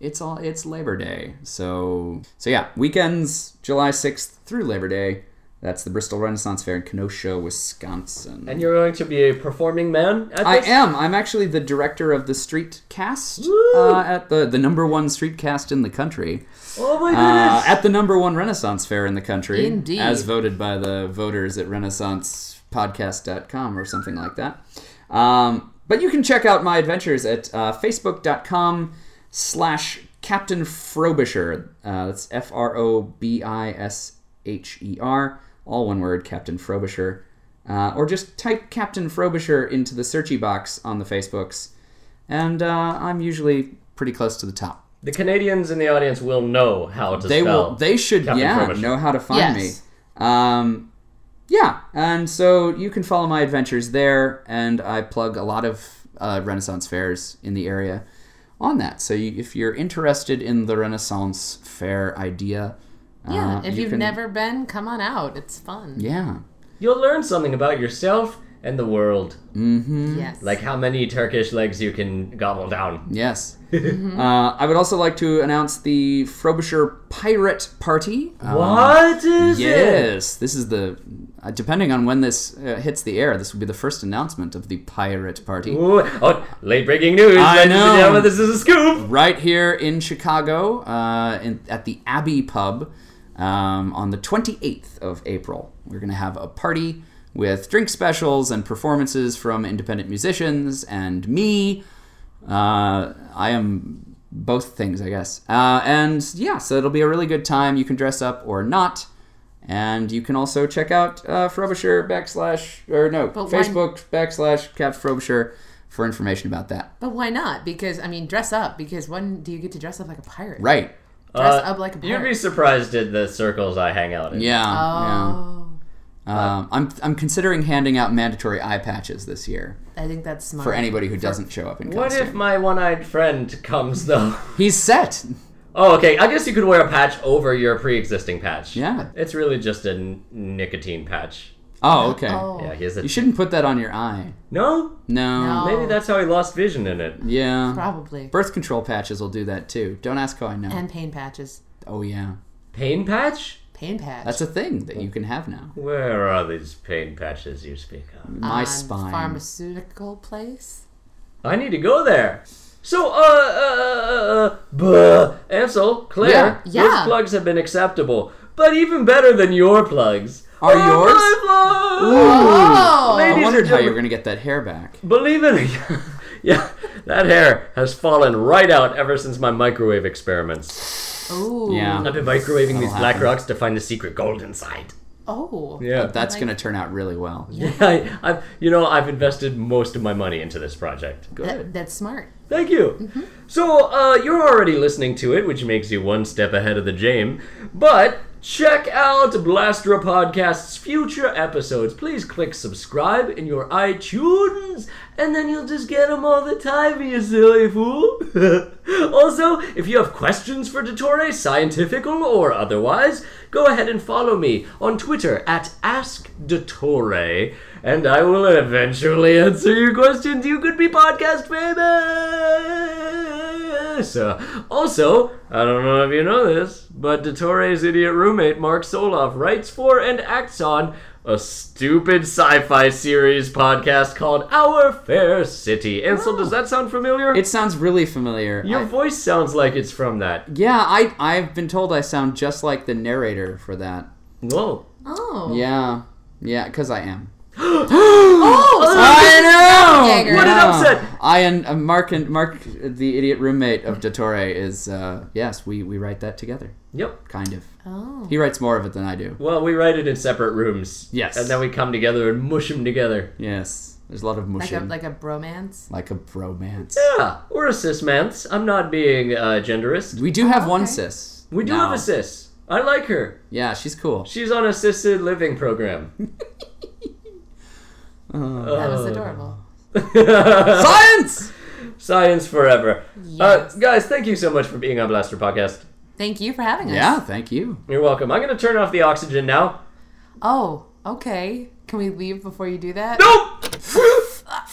S3: It's all it's Labor Day. So so yeah, weekends July 6th through Labor Day. That's the Bristol Renaissance Fair in Kenosha, Wisconsin.
S2: And you're going to be a performing man at
S3: I
S2: this?
S3: am. I'm actually the director of the street cast
S2: Woo!
S3: uh, at the the number one street cast in the country,
S2: Oh my
S3: uh,
S2: goodness.
S3: at the number one Renaissance fair in the country,
S4: Indeed.
S3: as voted by the voters at RenaissancePodcast.com or something like that. Um, but you can check out my adventures at uh, Facebook.com slash Captain Frobisher. Uh, that's F R O B I S H E R, all one word, Captain Frobisher. Uh, or just type Captain Frobisher into the searchy box on the Facebooks, and uh, I'm usually pretty close to the top.
S2: the Canadians in the audience will know how to
S3: They
S2: spell.
S3: will. They should.
S2: Captain
S3: yeah,
S2: Frobisher.
S3: know how to find
S4: Yes.
S3: me. Um, yeah, and so you can follow my adventures there, and I plug a lot of uh, Renaissance fairs in the area on that. So you, if you're interested in the Renaissance fair idea, uh,
S4: Yeah. if
S3: you
S4: you've
S3: can-
S4: never been, come on out. It's fun.
S3: yeah,
S2: You'll learn something about yourself and the world.
S4: Yes.
S2: Like how many Turkish legs you can gobble down.
S3: Yes. uh, I would also like to announce the Frobisher Pirate Party. Um,
S2: what is it?
S3: Yes, this is the. Uh, depending on when this uh, hits the air, this will be the first announcement of the Pirate Party.
S2: Ooh, oh, late breaking news.
S3: I
S2: ladies and
S3: know.
S2: gentlemen, this is a scoop.
S3: Right here in Chicago, uh, in, at the Abbey Pub, um, on the 28th of April, we're going to have a party with drink specials and performances from independent musicians and me. Uh, I am both things, I guess. Uh, and yeah, so it'll be a really good time. You can dress up or not. And you can also check out uh, Frobisher backslash, or no,
S4: why-
S3: Facebook backslash Cap Frobisher for information about that.
S4: But why not? Because I mean, dress up. Because when do you get to dress up like a pirate?
S3: Right.
S4: Dress
S2: Uh,
S4: up like a
S2: You'd be
S4: pirate.
S2: surprised at the circles I hang out in.
S3: Yeah. yeah.
S4: oh,
S3: Um, I'm I'm considering handing out mandatory eye patches this year
S4: I think that's smart.
S3: for anybody who doesn't show up in
S2: What
S3: costume.
S2: if my one-eyed friend comes though?
S3: He's set.
S2: oh, okay. I guess you could wear a patch over your pre-existing patch.
S3: Yeah.
S2: It's really just a n- nicotine patch.
S3: Oh, okay.
S4: Oh.
S2: Yeah, he has a
S3: You shouldn't put that on your eye.
S2: No?
S3: No.
S4: No.
S2: Maybe that's how he lost vision in it.
S3: Yeah.
S4: Probably.
S3: Birth control patches will do that too. Don't ask how I know.
S4: And pain patches.
S3: oh yeah,
S2: Pain patch?
S4: Pain patch.
S3: that's a thing that you can have now.
S2: Where are these pain patches you speak of?
S3: My
S4: on
S3: spine.
S4: Pharmaceutical place.
S2: I need to go there. So, uh, uh, uh, uh, buh. Ansel, Claire,
S4: Yeah,
S2: those
S4: yeah.
S2: plugs have been acceptable, but even better than your plugs. Oh,
S3: Are yours?
S2: My plugs!
S4: Oh.
S2: Ladies
S3: I
S2: and
S3: wondered how you were
S2: gentlemen,
S3: gonna get that hair back.
S2: Believe it or yeah, that hair has fallen right out ever since my microwave experiments.
S4: Ooh.
S3: Yeah.
S2: I've been microwaving these black
S3: happen.
S2: rocks to find the secret gold inside.
S4: Oh.
S2: Yeah.
S3: That's
S4: Like-
S3: gonna turn out really well.
S2: yeah, I, I've, you know, I've invested most of my money into this project.
S4: That, that's smart.
S2: Thank you. So, uh, you're already listening to it, which makes you one step ahead of the game. But check out Blastra Podcast's future episodes. Please click subscribe in your iTunes, and then you'll just get them all the time, you silly fool. also, if you have questions for Dottore, scientifical or otherwise, go ahead and follow me on Twitter at AskDottore, and I will eventually answer your questions. You could be podcast famous! Uh, also, I don't know if you know this, but Dottore's idiot roommate Mark Soloff writes for and acts on a stupid sci-fi series podcast called Our Fair City. Ansel, does that sound familiar?
S3: It sounds really familiar.
S2: Your
S3: Oh. I-
S2: voice sounds like it's from that.
S3: yeah, I I've been told I sound just like the narrator for that.
S2: Whoa.
S4: Oh.
S3: Yeah, yeah, because I am.
S4: Oh, so
S3: I know.
S4: Doppelganger. What
S2: an
S3: Yeah.
S2: upset!
S3: I and uh, Mark and Mark, the idiot roommate of Dottore, is uh, yes, we we write that together,
S2: Yep.
S3: kind of.
S4: Oh.
S3: He writes more of it than I do.
S2: Well, we write it in separate rooms.
S3: Yes.
S2: And then we come together and mush them together.
S3: Yes, there's a lot of
S4: Like a,
S3: mushing, like
S4: like a bromance.
S3: a, bromance.
S2: Yeah, we're a cismans. I'm not being uh, genderist.
S3: We do have one
S4: Okay.
S3: sis.
S2: We do
S3: now.
S2: have a cis. I like her.
S3: Yeah, she's cool.
S2: She's on assisted living program.
S3: Uh,
S4: That was adorable.
S3: Science.
S2: Science forever.
S4: Yes.
S2: Uh, guys, thank you so much for being on Blaster Podcast.
S4: Thank you for having us.
S3: Yeah, thank you.
S2: You're welcome. I'm going to turn off the oxygen now.
S4: Oh, okay. Can we leave before you do that?
S2: Nope!